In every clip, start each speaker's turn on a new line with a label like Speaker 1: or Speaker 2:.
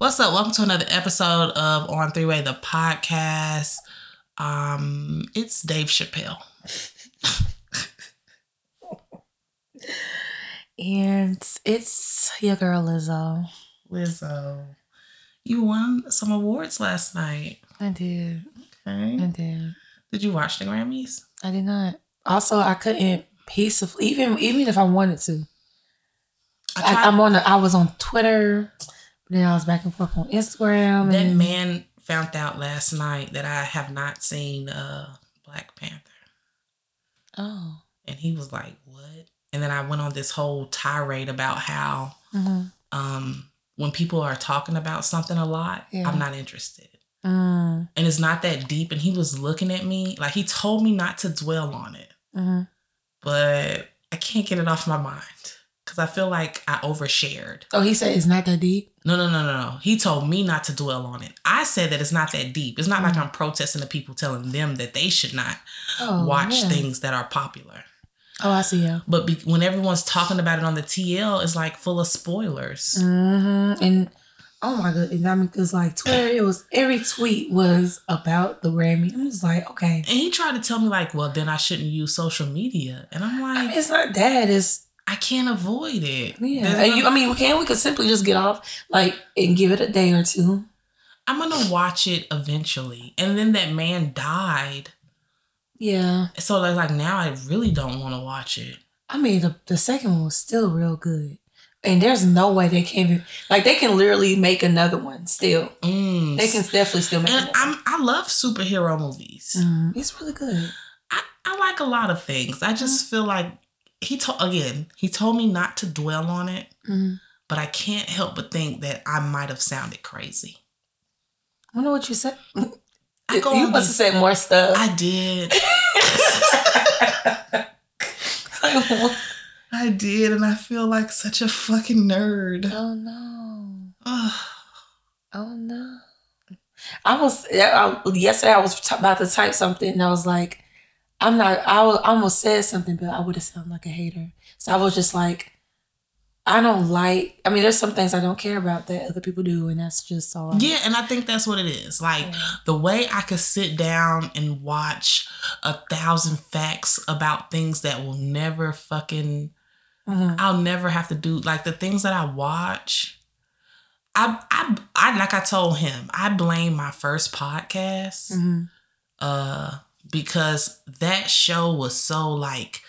Speaker 1: up? Welcome to another episode of On Three Way the podcast. Um, it's Dave Chappelle.
Speaker 2: And it's your girl Lizzo.
Speaker 1: Lizzo, you won some awards last night.
Speaker 2: I did. I
Speaker 1: Okay.
Speaker 2: did.
Speaker 1: Did you watch the Grammys?
Speaker 2: I did not. Also, I couldn't peacefully even even if I wanted to. I,
Speaker 1: tried-
Speaker 2: I'm on. The, I was on Twitter. Then I was back and forth on Instagram.
Speaker 1: that
Speaker 2: and
Speaker 1: man found out last night that I have not seen uh Black Panther.
Speaker 2: Oh.
Speaker 1: And he was like, What? And then I went on this whole tirade about how
Speaker 2: hmm
Speaker 1: um when people are talking about something a lot,
Speaker 2: Yeah.
Speaker 1: I'm not interested.
Speaker 2: Mm,
Speaker 1: And it's not that deep. And he was looking at me like he told me not to dwell on it,
Speaker 2: mhm.
Speaker 1: but I can't get it off my mind because I feel like I overshared.
Speaker 2: Oh, he said it's not that deep.
Speaker 1: No, no, no, no, no. He told me not to dwell on it. I said that it's not that deep. It's not like
Speaker 2: Mm.
Speaker 1: I'm protesting the people telling them that they should not
Speaker 2: Oh,
Speaker 1: watch
Speaker 2: yeah.
Speaker 1: things that are popular.
Speaker 2: Oh, I see. Yeah.
Speaker 1: But be- when everyone's talking about it on the TL, it's like full of spoilers.
Speaker 2: hmm And oh my goodness, I mean, because like Twitter, it was every tweet was about the Grammy. I was like, okay,
Speaker 1: And he tried to tell me like, well, then I shouldn't use social media. And I'm
Speaker 2: I mean,
Speaker 1: like,
Speaker 2: it's not that. It's
Speaker 1: I can't avoid it.
Speaker 2: yeah.
Speaker 1: There's
Speaker 2: And you,
Speaker 1: no-
Speaker 2: I mean, we can we could simply just get off like and give it a day or two.
Speaker 1: I'm gonna watch it eventually. And then that man died.
Speaker 2: Yeah.
Speaker 1: So like, like now I really don't want to watch it.
Speaker 2: I mean, the, the second one was still real good. And there's no way they can be like they can literally make another one still.
Speaker 1: Mm.
Speaker 2: They can definitely still make.
Speaker 1: And
Speaker 2: another
Speaker 1: I'm I love superhero movies.
Speaker 2: one. Mm, it's really good.
Speaker 1: I, I like a lot of things. I just feel like he told again. He told me not to dwell on it,
Speaker 2: Mm.
Speaker 1: but I can't help but think that I might have sounded crazy.
Speaker 2: I wonder what you said.
Speaker 1: I go
Speaker 2: you
Speaker 1: on
Speaker 2: must
Speaker 1: these-
Speaker 2: have said more stuff.
Speaker 1: I did. I did, and I feel like such a fucking nerd.
Speaker 2: oh no.
Speaker 1: Ugh.
Speaker 2: Oh no! I was yeah, I, yesterday. I was t- about to type something, and I was like, "I'm not." I wa- I almost said something, but I would have sounded like a hater. So I was just like, "I don't like." I mean, there's some things I don't care about that other people do, and that's just all. I-
Speaker 1: yeah, and I think that's what it is. Like the way I could sit down and watch a thousand facts about things that will never fucking
Speaker 2: Mhm.
Speaker 1: I'll never have to do like the things that I watch. I I I like I told him, I blame my first podcast
Speaker 2: Mhm.
Speaker 1: uh because that show was so like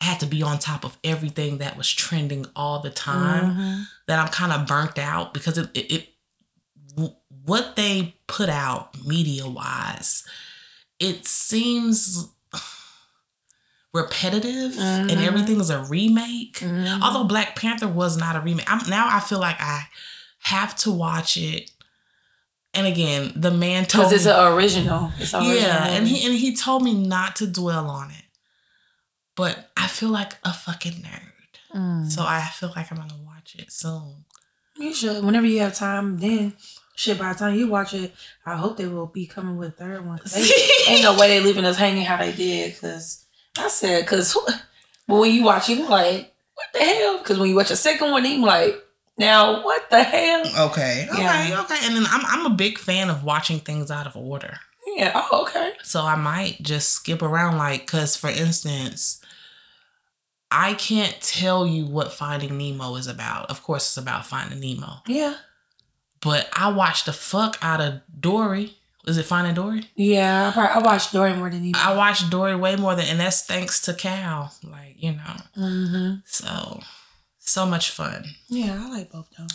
Speaker 1: I had to be on top of everything that was trending all the time
Speaker 2: Mhm.
Speaker 1: that I'm kind of burnt out because it, it, it w- what they put out media wise, it seems repetitive and
Speaker 2: Mhm.
Speaker 1: everything is a remake.
Speaker 2: Mhm.
Speaker 1: Although Black Panther was not a remake, I'm, now I feel like I have to watch it. And again, the man told
Speaker 2: because
Speaker 1: me,
Speaker 2: it's an original. It's an original.
Speaker 1: yeah, and he and he told me not to dwell on it, but I feel like a fucking nerd,
Speaker 2: Mm.
Speaker 1: so I feel like I'm gonna watch it soon.
Speaker 2: you should whenever you have time. Then shit, by the time you watch it, I hope they will be coming with a third one. 'cause they- ain't no way they leaving us hanging how they did. Cause I said, cause who- but when you watch, you like, what the hell? Cause when you watch a second one, you like, now what the hell?
Speaker 1: Okay. Okay.
Speaker 2: Yeah.
Speaker 1: Okay. And then I'm I'm a big fan of watching things out of order.
Speaker 2: Yeah. Oh, okay.
Speaker 1: So I might just skip around like cuz for instance, I can't tell you what Finding Nemo is about. Of course it's about Finding Nemo.
Speaker 2: Yeah.
Speaker 1: But I watched the fuck out of Dory. Is it Finding Dory?
Speaker 2: Yeah. I, probably, I watched Dory more than you.
Speaker 1: I watched Dory way more than and that's thanks to Cal. Like, you know.
Speaker 2: Mm-hmm.
Speaker 1: So so much fun.
Speaker 2: Yeah, I like both though.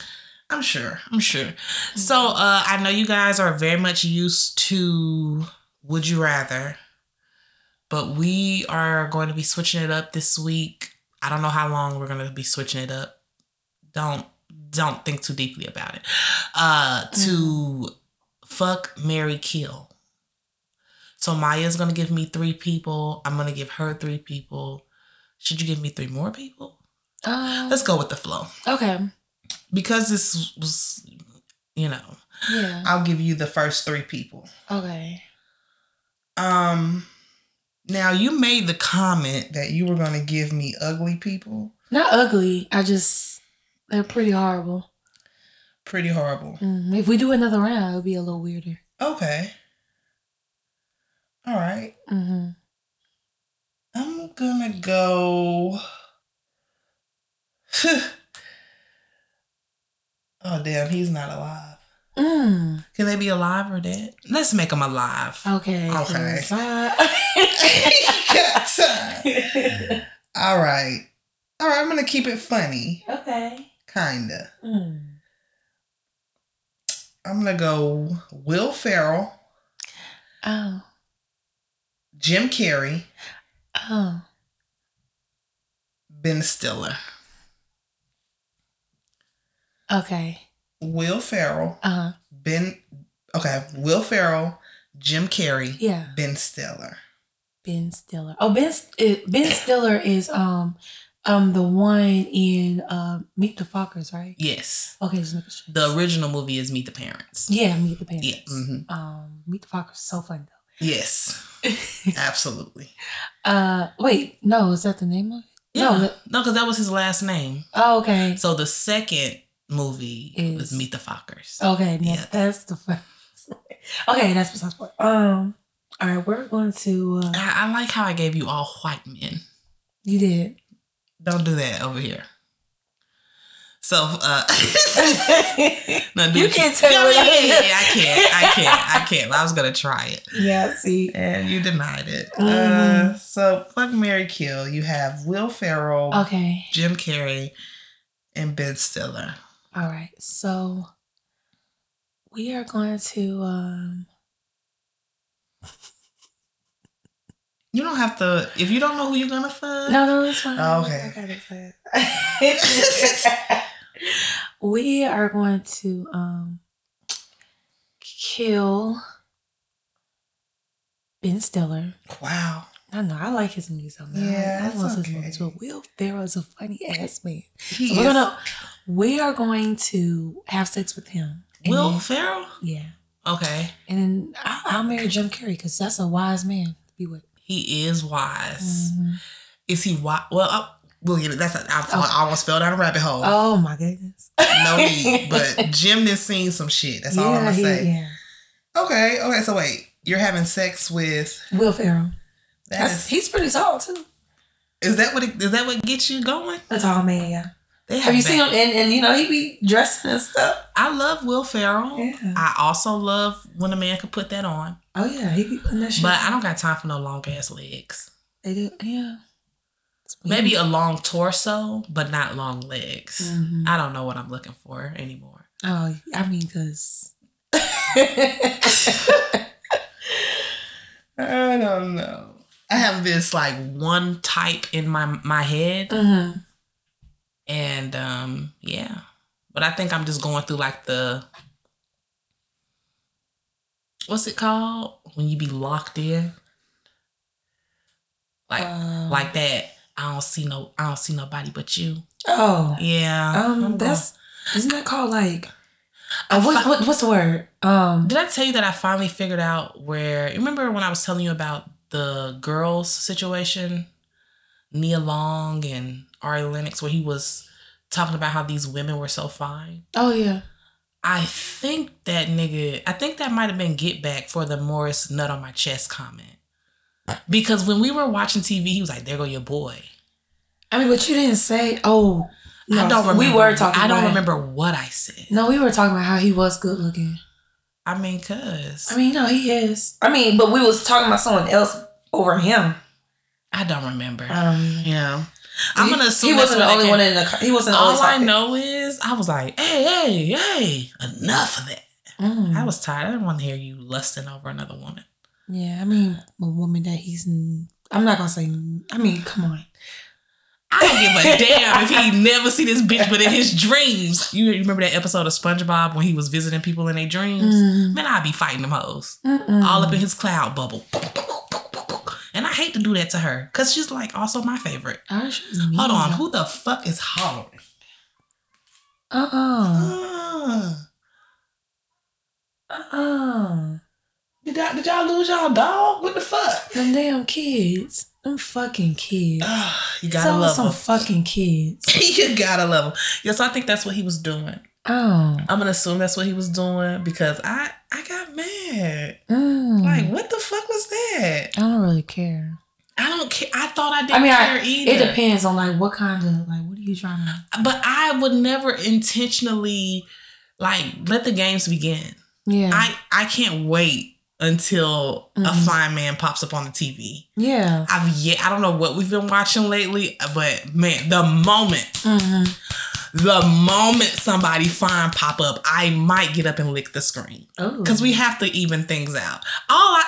Speaker 1: I'm sure. I'm sure. So uh I know you guys are very much used to Would You Rather, but we are going to be switching it up this week. I don't know how long we're gonna be switching it up. Don't don't think too deeply about it. Uh to fuck Mary Kill. So Maya's gonna give me three people. I'm gonna give her three people. Should you give me three more people?
Speaker 2: Um,
Speaker 1: Let's go with the flow
Speaker 2: okay.
Speaker 1: because this was, you know,
Speaker 2: Yeah.
Speaker 1: I'll give you the first three people.
Speaker 2: Okay.
Speaker 1: Um, now you made the comment that you were going to give me ugly people,
Speaker 2: Not ugly. I just they're pretty horrible.
Speaker 1: pretty horrible.
Speaker 2: Mm, if we do another round, it'll be a little weirder.
Speaker 1: Okay. All right.
Speaker 2: Mm-hmm.
Speaker 1: I'm gonna go. oh damn, he's not alive.
Speaker 2: Mm.
Speaker 1: Can they be alive or dead? Let's make them alive.
Speaker 2: Okay.
Speaker 1: Okay.
Speaker 2: so, uh,
Speaker 1: Got time. All right. All right. I'm gonna keep it funny,
Speaker 2: okay.
Speaker 1: kinda.
Speaker 2: Mm.
Speaker 1: I'm gonna go Will Ferrell,
Speaker 2: Oh.
Speaker 1: Jim Carrey,
Speaker 2: Oh.
Speaker 1: Ben Stiller.
Speaker 2: Okay.
Speaker 1: Will Ferrell,
Speaker 2: Uh huh.
Speaker 1: Ben. Okay, Will Ferrell, Jim Carrey,
Speaker 2: Yeah.
Speaker 1: Ben Stiller.
Speaker 2: Ben Stiller. Oh, Ben uh, Ben Stiller is um um the one in uh, Meet the Fockers, right?
Speaker 1: Yes,
Speaker 2: Okay, just making sure.
Speaker 1: the original movie is Meet the Parents.
Speaker 2: yeah, Meet the Parents.
Speaker 1: Yeah. hmm
Speaker 2: Um, Meet the Fockers, is so fun
Speaker 1: Yes,
Speaker 2: though.
Speaker 1: absolutely.
Speaker 2: uh, wait, no, is that the name of it? No,
Speaker 1: Yeah.
Speaker 2: the-
Speaker 1: No, because that was his last name.
Speaker 2: Oh, okay,
Speaker 1: So the second movie was
Speaker 2: Is- Oh.
Speaker 1: Meet the Fockers.
Speaker 2: okay, yeah,
Speaker 1: Yeah.
Speaker 2: that's the fun. okay, that's what sounds for. Um, all right, we're going to. Uh,
Speaker 1: I, I like how I gave you all white men.
Speaker 2: you did.
Speaker 1: Don't do that over here. So, uh, no, do
Speaker 2: You
Speaker 1: what
Speaker 2: can't tell
Speaker 1: Yeah,
Speaker 2: what
Speaker 1: yeah,
Speaker 2: I
Speaker 1: yeah,
Speaker 2: did.
Speaker 1: yeah, I can't. I can't. I can't. I was gonna try it,
Speaker 2: yeah, see.
Speaker 1: and you denied it. Uh,
Speaker 2: Mhm.
Speaker 1: so, fuck Mary Kill. You have Will Ferrell,
Speaker 2: Okay,
Speaker 1: Jim Carrey, and Ben Stiller.
Speaker 2: all right, so we are going to. um
Speaker 1: You don't have to. If you don't know who you're gonna fuck,
Speaker 2: No, no, it's fine.
Speaker 1: Oh, okay.
Speaker 2: Okay. we are going to um kill Ben Stiller.
Speaker 1: wow.
Speaker 2: I know I like his movies. though, man.
Speaker 1: Yeah,
Speaker 2: I, I
Speaker 1: it's
Speaker 2: love
Speaker 1: okay.
Speaker 2: his movies. But Will Ferrell is a funny ass man.
Speaker 1: He
Speaker 2: So we're
Speaker 1: is-
Speaker 2: gonna we are going to have sex with him. And
Speaker 1: Will
Speaker 2: then-
Speaker 1: Ferrell.
Speaker 2: yeah,
Speaker 1: Okay,
Speaker 2: and then I, I'll marry Jim Carrey because that's a wise man to be with.
Speaker 1: he is wise.
Speaker 2: Mhm.
Speaker 1: Is he wise? Well, I, we'll get it. That's. I, I
Speaker 2: Oh.
Speaker 1: almost fell down a rabbit hole.
Speaker 2: Oh my goodness!
Speaker 1: No need. But Jim done seen some shit. That's all I'm gonna
Speaker 2: he-
Speaker 1: say.
Speaker 2: Yeah,
Speaker 1: Okay, okay, so wait. You're having sex with
Speaker 2: Will Ferrell.
Speaker 1: that
Speaker 2: That's,
Speaker 1: is,
Speaker 2: he's pretty tall too.
Speaker 1: is that what it, is that what gets you going?
Speaker 2: A tall man. Yeah.
Speaker 1: They
Speaker 2: Have you seen
Speaker 1: back-
Speaker 2: him? And, and you know he be dressing and stuff.
Speaker 1: I love Will Ferrell.
Speaker 2: Yeah.
Speaker 1: I also love when a man could put that on,
Speaker 2: Oh yeah, he be putting that shit.
Speaker 1: but I don't got time for no long ass legs.
Speaker 2: they do. Yeah.
Speaker 1: Maybe uh, a long torso, but not long legs.
Speaker 2: Mhm.
Speaker 1: I don't know what I'm looking for anymore.
Speaker 2: Oh, I mean, cause.
Speaker 1: I don't know. I have this like one type in my my head,
Speaker 2: Mhm.
Speaker 1: and um yeah but i think i'm just going through like the what's it called when you be locked in like
Speaker 2: Um,
Speaker 1: like that i don't see no i don't see nobody but you
Speaker 2: Oh.
Speaker 1: yeah I'm
Speaker 2: Um.
Speaker 1: going-
Speaker 2: That's isn't that called like? Uh, what, what what's the word? Um.
Speaker 1: did i tell you that i finally figured out where remember when i was telling you about the girls situation nia long and ari lennox where he was talking about how these women were so fine
Speaker 2: Oh yeah.
Speaker 1: I think that nigga, I think that might have been get back for the Morris nut on my chest comment. Because when we were watching TV, he was like, there go your boy.
Speaker 2: I mean, but you didn't say. Oh.
Speaker 1: I
Speaker 2: no,
Speaker 1: don't remember.
Speaker 2: We were talking.
Speaker 1: I don't
Speaker 2: about it.
Speaker 1: remember what I said.
Speaker 2: No, we were talking about how he was good looking.
Speaker 1: I mean, cuz. I,
Speaker 2: I mean, no, he is. I mean, but we was talking about someone else over him.
Speaker 1: don't remember.
Speaker 2: Um,
Speaker 1: yeah. I'm going to assume
Speaker 2: he
Speaker 1: that's
Speaker 2: wasn't the
Speaker 1: where that
Speaker 2: only
Speaker 1: came-
Speaker 2: one in the. co- He wasn't the
Speaker 1: All
Speaker 2: only.
Speaker 1: I
Speaker 2: topic.
Speaker 1: know is I was like, hey, hey, hey, enough of that.
Speaker 2: Mm.
Speaker 1: I was tired. I didn't want to hear you lusting over another woman.
Speaker 2: Yeah, I mean, a woman that he's. n- I'm not gonna say. n- I mean, come on.
Speaker 1: I don't give a damn if he never see this bitch, but in his dreams. You remember that episode of SpongeBob when he was visiting people in their dreams?
Speaker 2: Mm.
Speaker 1: Man, I'd be fighting them hoes.
Speaker 2: Mm-mm.
Speaker 1: Mm. All up in his cloud bubble. And I hate to do that to her. Cause she's like also my favorite.
Speaker 2: Oh, she's mean.
Speaker 1: Hold on, who the fuck is hollering? Uh,
Speaker 2: Uh-uh. Uh-uh.
Speaker 1: did, y'all, did y'all lose y'all dog? What the fuck?
Speaker 2: Them damn kids. Them fucking kids.
Speaker 1: Ah, you
Speaker 2: It's
Speaker 1: gotta
Speaker 2: always
Speaker 1: love
Speaker 2: some
Speaker 1: him.
Speaker 2: fucking kids.
Speaker 1: you gotta love him. Yeah, so I think that's what he was doing.
Speaker 2: Oh.
Speaker 1: I'm gonna assume that's what he was doing because I I got mad.
Speaker 2: Mm.
Speaker 1: Like, what the fuck was that?
Speaker 2: I don't really care.
Speaker 1: I don't care. I thought I didn't
Speaker 2: I mean, I-
Speaker 1: care either.
Speaker 2: It depends on like what kind of like what are you trying to
Speaker 1: But I would never intentionally like let the games begin.
Speaker 2: Yeah.
Speaker 1: I I can't wait until a
Speaker 2: Mhm.
Speaker 1: flying man pops up on the TV.
Speaker 2: yeah.
Speaker 1: I've yet I don't know what we've been watching lately, but man, the moment
Speaker 2: Mm-hmm.
Speaker 1: the moment somebody fine pop up, I might get up and lick the screen
Speaker 2: Oh.
Speaker 1: because we have to even things out. All I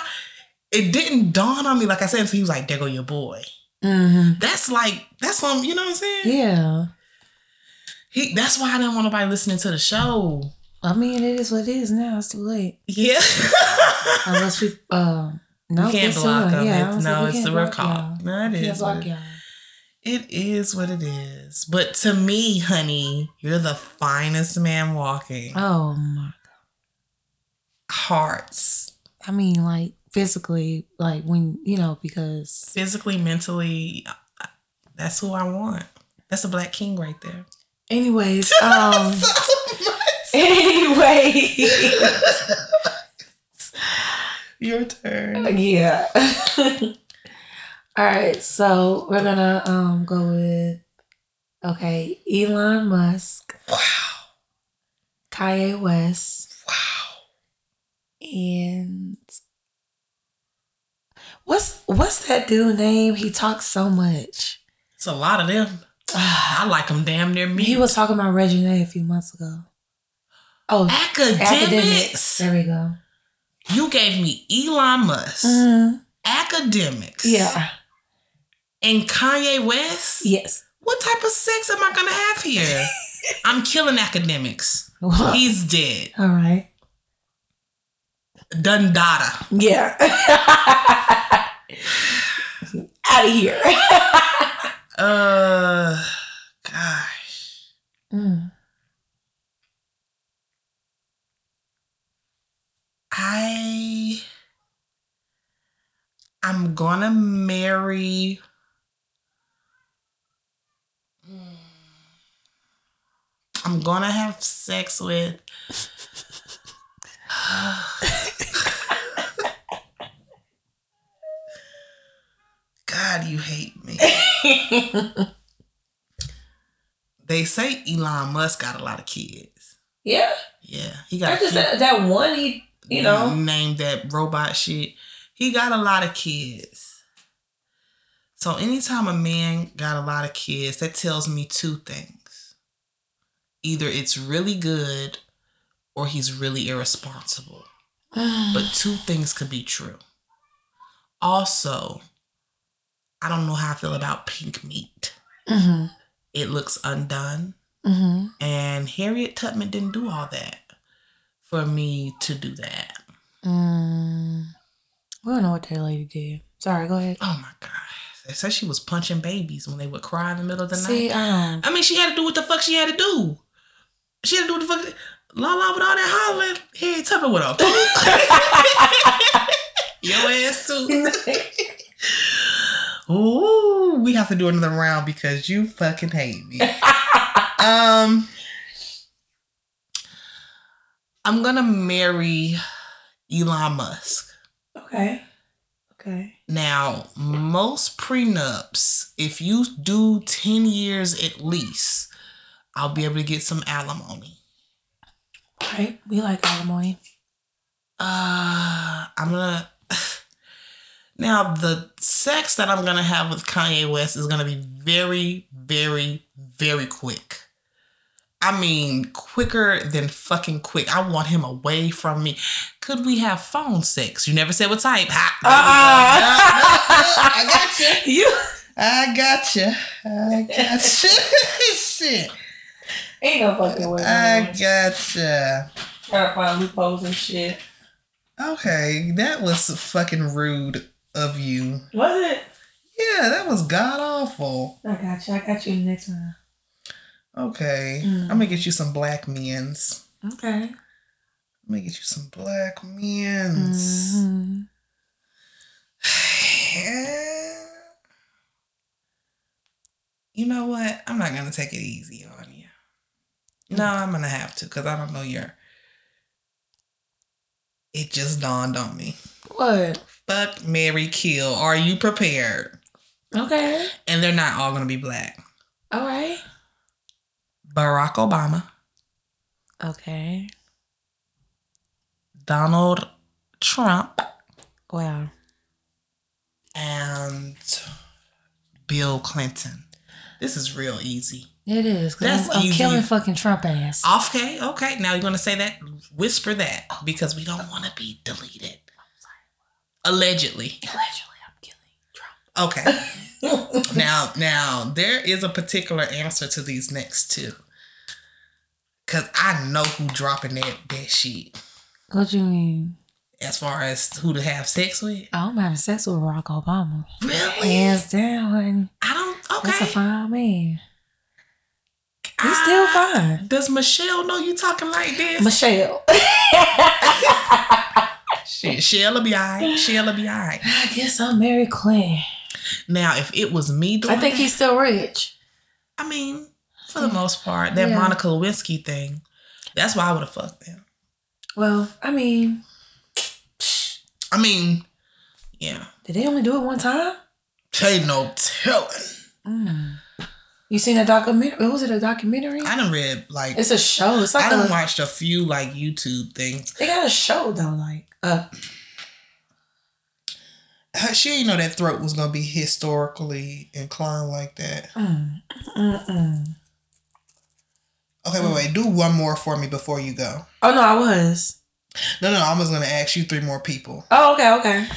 Speaker 1: it didn't dawn on me like I said. until he was like, "There go your boy."
Speaker 2: Mm-hmm.
Speaker 1: That's like that's um you know what I'm saying.
Speaker 2: Yeah.
Speaker 1: He that's why I didn't want nobody listening to the show.
Speaker 2: I mean, it is what it is now. It's too late.
Speaker 1: Yeah.
Speaker 2: Unless we, uh, no,
Speaker 1: we can't
Speaker 2: it's too
Speaker 1: block
Speaker 2: late.
Speaker 1: them.
Speaker 2: Yeah, I
Speaker 1: it's,
Speaker 2: was like,
Speaker 1: no,
Speaker 2: we
Speaker 1: it's
Speaker 2: can't
Speaker 1: the real
Speaker 2: block
Speaker 1: call.
Speaker 2: y'all.
Speaker 1: No, it
Speaker 2: We
Speaker 1: is.
Speaker 2: Can't block
Speaker 1: What,
Speaker 2: y'all.
Speaker 1: it is what it is. But to me, honey, you're the finest man walking.
Speaker 2: Oh my!
Speaker 1: Hearts.
Speaker 2: I mean, like physically, like when you know, because
Speaker 1: Physically, mentally, that's who I want. That's a black king right there.
Speaker 2: anyways, um,
Speaker 1: So much.
Speaker 2: anyway,
Speaker 1: Your turn.
Speaker 2: yeah. All right, so we're gonna um go with okay, Elon Musk,
Speaker 1: Wow.
Speaker 2: Kanye West.
Speaker 1: Wow.
Speaker 2: and what's what's that dude name? He talks so much.
Speaker 1: It's a lot of them. I like them damn near me.
Speaker 2: he was talking about Regine a few months ago. Oh, academics.
Speaker 1: academics.
Speaker 2: There we go.
Speaker 1: You gave me Elon Musk,
Speaker 2: Mhm.
Speaker 1: academics,
Speaker 2: Yeah.
Speaker 1: and Kanye West.
Speaker 2: Yes.
Speaker 1: What type of sex am I gonna have here? I'm killing academics. He's dead.
Speaker 2: All right.
Speaker 1: Dundada.
Speaker 2: Yeah. Out of here.
Speaker 1: Uh, gosh.
Speaker 2: Mm.
Speaker 1: I. I'm gonna marry. I'm gonna have sex with. God, you hate me. They say Elon Musk got a lot of kids.
Speaker 2: yeah.
Speaker 1: Yeah, he got.
Speaker 2: That
Speaker 1: a
Speaker 2: just
Speaker 1: few-
Speaker 2: that, that one. He, you know.
Speaker 1: name that robot shit. He got a lot of kids. So anytime a man got a lot of kids, that tells me two things. Either it's really good or he's really irresponsible.
Speaker 2: Mm-hmm.
Speaker 1: But two things could be true. Also, I don't know how I feel about pink meat.
Speaker 2: hmm
Speaker 1: It looks undone.
Speaker 2: hmm
Speaker 1: And Harriet Tubman didn't do all that for me to do that.
Speaker 2: Mm, we don't know what that lady did. Sorry, go ahead.
Speaker 1: Oh my god! They said she was punching babies when they would cry in the middle of the
Speaker 2: See,
Speaker 1: night.
Speaker 2: I
Speaker 1: I mean, she had to do what the fuck she had to do. She had to do what the fuck. Lala with all that hollering, Harriet Tubman with her. Your ass too.
Speaker 2: don't.
Speaker 1: Ooh, we have to do another round because you fucking hate me. um, I'm gonna marry Elon Musk.
Speaker 2: okay. Okay.
Speaker 1: Now, most prenups, if you do 10 years at least, I'll be able to get some alimony.
Speaker 2: Okay. We like alimony.
Speaker 1: Uh, I'm gonna. Now, the sex that I'm gonna have with Kanye West is gonna be very, very, very quick. I mean, quicker than fucking quick. I want him away from me. Could we have phone sex? You never said what type. Ha, there we go. No, no, no, I got you. I gotcha.
Speaker 2: You.
Speaker 1: I gotcha. Shit.
Speaker 2: Ain't no fucking way.
Speaker 1: I
Speaker 2: man.
Speaker 1: gotcha.
Speaker 2: Trying to find loopholes and shit.
Speaker 1: Okay, that was fucking rude of you.
Speaker 2: Was it?
Speaker 1: Yeah, that was god awful.
Speaker 2: I got you. I got you next round.
Speaker 1: Okay,
Speaker 2: Mm.
Speaker 1: I'm gonna get you some black men's.
Speaker 2: Okay.
Speaker 1: I'm gonna get you some black men's.
Speaker 2: hmm
Speaker 1: you know what? I'm not gonna take it easy on you. No, I'm gonna have to because I don't know your. It just dawned on me.
Speaker 2: What?
Speaker 1: Fuck Mary Kill. Are you prepared?
Speaker 2: Okay.
Speaker 1: And they're not all gonna be black.
Speaker 2: All right.
Speaker 1: Barack Obama,
Speaker 2: Okay.
Speaker 1: Donald Trump,
Speaker 2: Wow.
Speaker 1: and Bill Clinton. This is real easy.
Speaker 2: It is. 'cause
Speaker 1: That's
Speaker 2: I'm, I'm
Speaker 1: easy.
Speaker 2: killing fucking Trump ass.
Speaker 1: Okay, okay. Now you're gonna say that. Whisper that because we don't want to be deleted. Allegedly.
Speaker 2: Allegedly, I'm killing.
Speaker 1: Okay. now, now there is a particular answer to these next two. Cause I know who dropping that that shit
Speaker 2: What you mean?
Speaker 1: as far as who to have sex with.
Speaker 2: I'm having sex with Barack Obama.
Speaker 1: Really?
Speaker 2: Hands down, honey.
Speaker 1: I don't. Okay.
Speaker 2: That's a fine man. He's still
Speaker 1: Ah,
Speaker 2: fine.
Speaker 1: Does Michelle know you talking like this?
Speaker 2: Michelle.
Speaker 1: Shit, She'll be alright. She'll be alright.
Speaker 2: I guess I'm Mary Clinton.
Speaker 1: Now, if it was me doing,
Speaker 2: I think
Speaker 1: that,
Speaker 2: he's still rich.
Speaker 1: I mean, for the most part, that
Speaker 2: Mm. Yeah.
Speaker 1: Monica Lewinsky thing. That's why I would have fucked them.
Speaker 2: Well, I mean,
Speaker 1: I mean, yeah.
Speaker 2: did they only do it one time?
Speaker 1: Ain't no telling.
Speaker 2: Mm. You seen a documentary? What was it? A documentary?
Speaker 1: I done read like
Speaker 2: It's a show. It's
Speaker 1: I
Speaker 2: like
Speaker 1: done
Speaker 2: a.
Speaker 1: watched a few like YouTube things.
Speaker 2: They got a show though, like. Uh,
Speaker 1: Her- She didn't know that throat was gonna be historically inclined like that.
Speaker 2: mm, mm, mm.
Speaker 1: Okay, wait, wait. Do one more for me before you go.
Speaker 2: Oh no, I was.
Speaker 1: No, no, I was gonna ask you three more people.
Speaker 2: Oh okay, okay.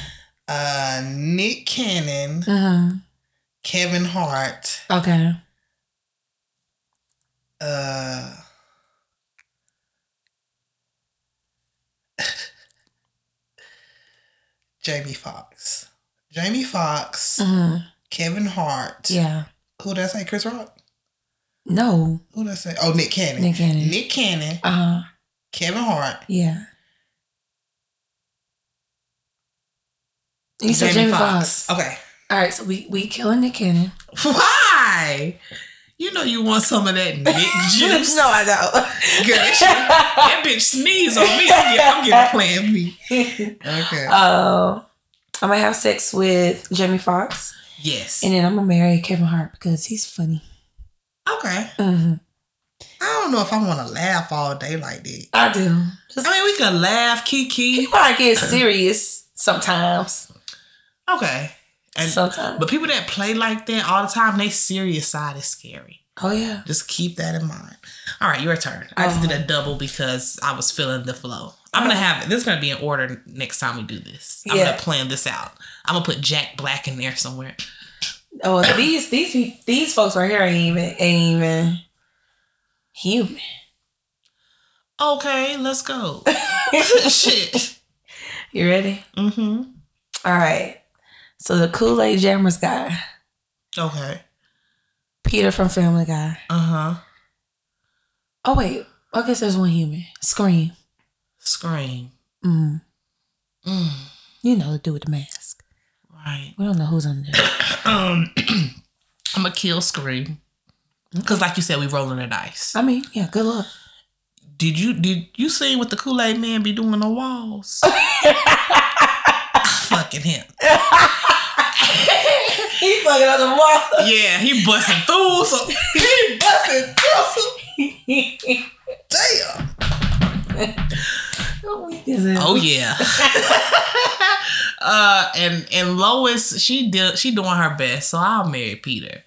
Speaker 1: Uh, Nick Cannon,
Speaker 2: Mm-hmm.
Speaker 1: Kevin Hart,
Speaker 2: Okay.
Speaker 1: uh. Jamie Foxx. Jamie Foxx,
Speaker 2: hmm
Speaker 1: Kevin Hart.
Speaker 2: Yeah.
Speaker 1: Who did I say? Chris Rock?
Speaker 2: No,
Speaker 1: Who did I say? Oh, Nick Cannon.
Speaker 2: Nick Cannon.
Speaker 1: Nick Cannon,
Speaker 2: uh huh.
Speaker 1: Kevin Hart,
Speaker 2: Yeah. You said Jamie Foxx.
Speaker 1: Okay.
Speaker 2: All right, so we we killing Nick Cannon.
Speaker 1: Why? You know you want some of that Nick juice.
Speaker 2: no, I don't.
Speaker 1: Girl, that, shit- that bitch sneeze on me. I'm getting, I'm getting plan B. Okay.
Speaker 2: Uh, I'm gonna have sex with Jamie Foxx,
Speaker 1: yes.
Speaker 2: and then I'm gonna marry Kevin Hart because he's funny.
Speaker 1: Okay.
Speaker 2: hmm
Speaker 1: I don't know if I want to laugh all day like that.
Speaker 2: I do.
Speaker 1: I mean, we can laugh,
Speaker 2: He
Speaker 1: Kiki.
Speaker 2: might get serious sometimes.
Speaker 1: Okay. And
Speaker 2: sometimes.
Speaker 1: but people that play like that all the time, they serious side is scary.
Speaker 2: oh yeah.
Speaker 1: Just keep that in mind. All right, your turn. I just did a
Speaker 2: Uh-huh.
Speaker 1: double because I was feeling the flow. I'm gonna have this is gonna be in order next time we do this. I'm
Speaker 2: Yeah.
Speaker 1: gonna plan this out. I'm gonna put Jack Black in there somewhere.
Speaker 2: Oh, these these pe- these folks right here ain't even ain't even human.
Speaker 1: Okay, let's go. Shit.
Speaker 2: You ready?
Speaker 1: Mm-hmm.
Speaker 2: All right. So the Kool Aid Jammers guy,
Speaker 1: Okay.
Speaker 2: Peter from Family Guy.
Speaker 1: Uh-huh.
Speaker 2: Oh wait, I guess there's one human. Scream.
Speaker 1: Scream.
Speaker 2: Mm.
Speaker 1: Mm.
Speaker 2: You know the dude with the mask.
Speaker 1: Right.
Speaker 2: We don't know who's under there.
Speaker 1: Um I'm gonna kill Scream. Cause like you said, we rolling the dice.
Speaker 2: I mean, yeah, good luck.
Speaker 1: Did you did you see what the Kool-Aid man be doing on walls? Ah, Fucking him.
Speaker 2: He fucking on the wall.
Speaker 1: Yeah, he busting through some. He busting through some. Damn. Oh yeah. uh, and and Lois, she did. She doing her best, so I'll marry Peter.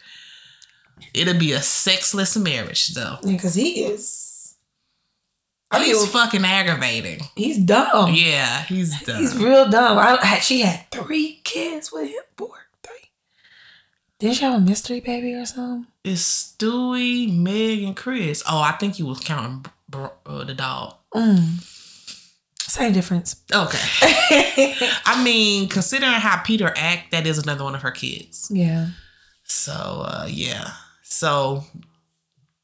Speaker 1: It'll be a sexless marriage, though.
Speaker 2: Because he is. I mean,
Speaker 1: He's fucking aggravating.
Speaker 2: he's dumb.
Speaker 1: Yeah, he's done.
Speaker 2: He's real dumb. I, I- she had three kids with him. Four, three. Didn't she have a mystery baby or something?
Speaker 1: it's Stewie, Meg, and Chris. Oh, I think you was counting Br- Br- uh, the dog.
Speaker 2: Mm. Same difference.
Speaker 1: Okay. I mean, considering how Peter act, that is another one of her kids.
Speaker 2: yeah.
Speaker 1: So uh yeah. So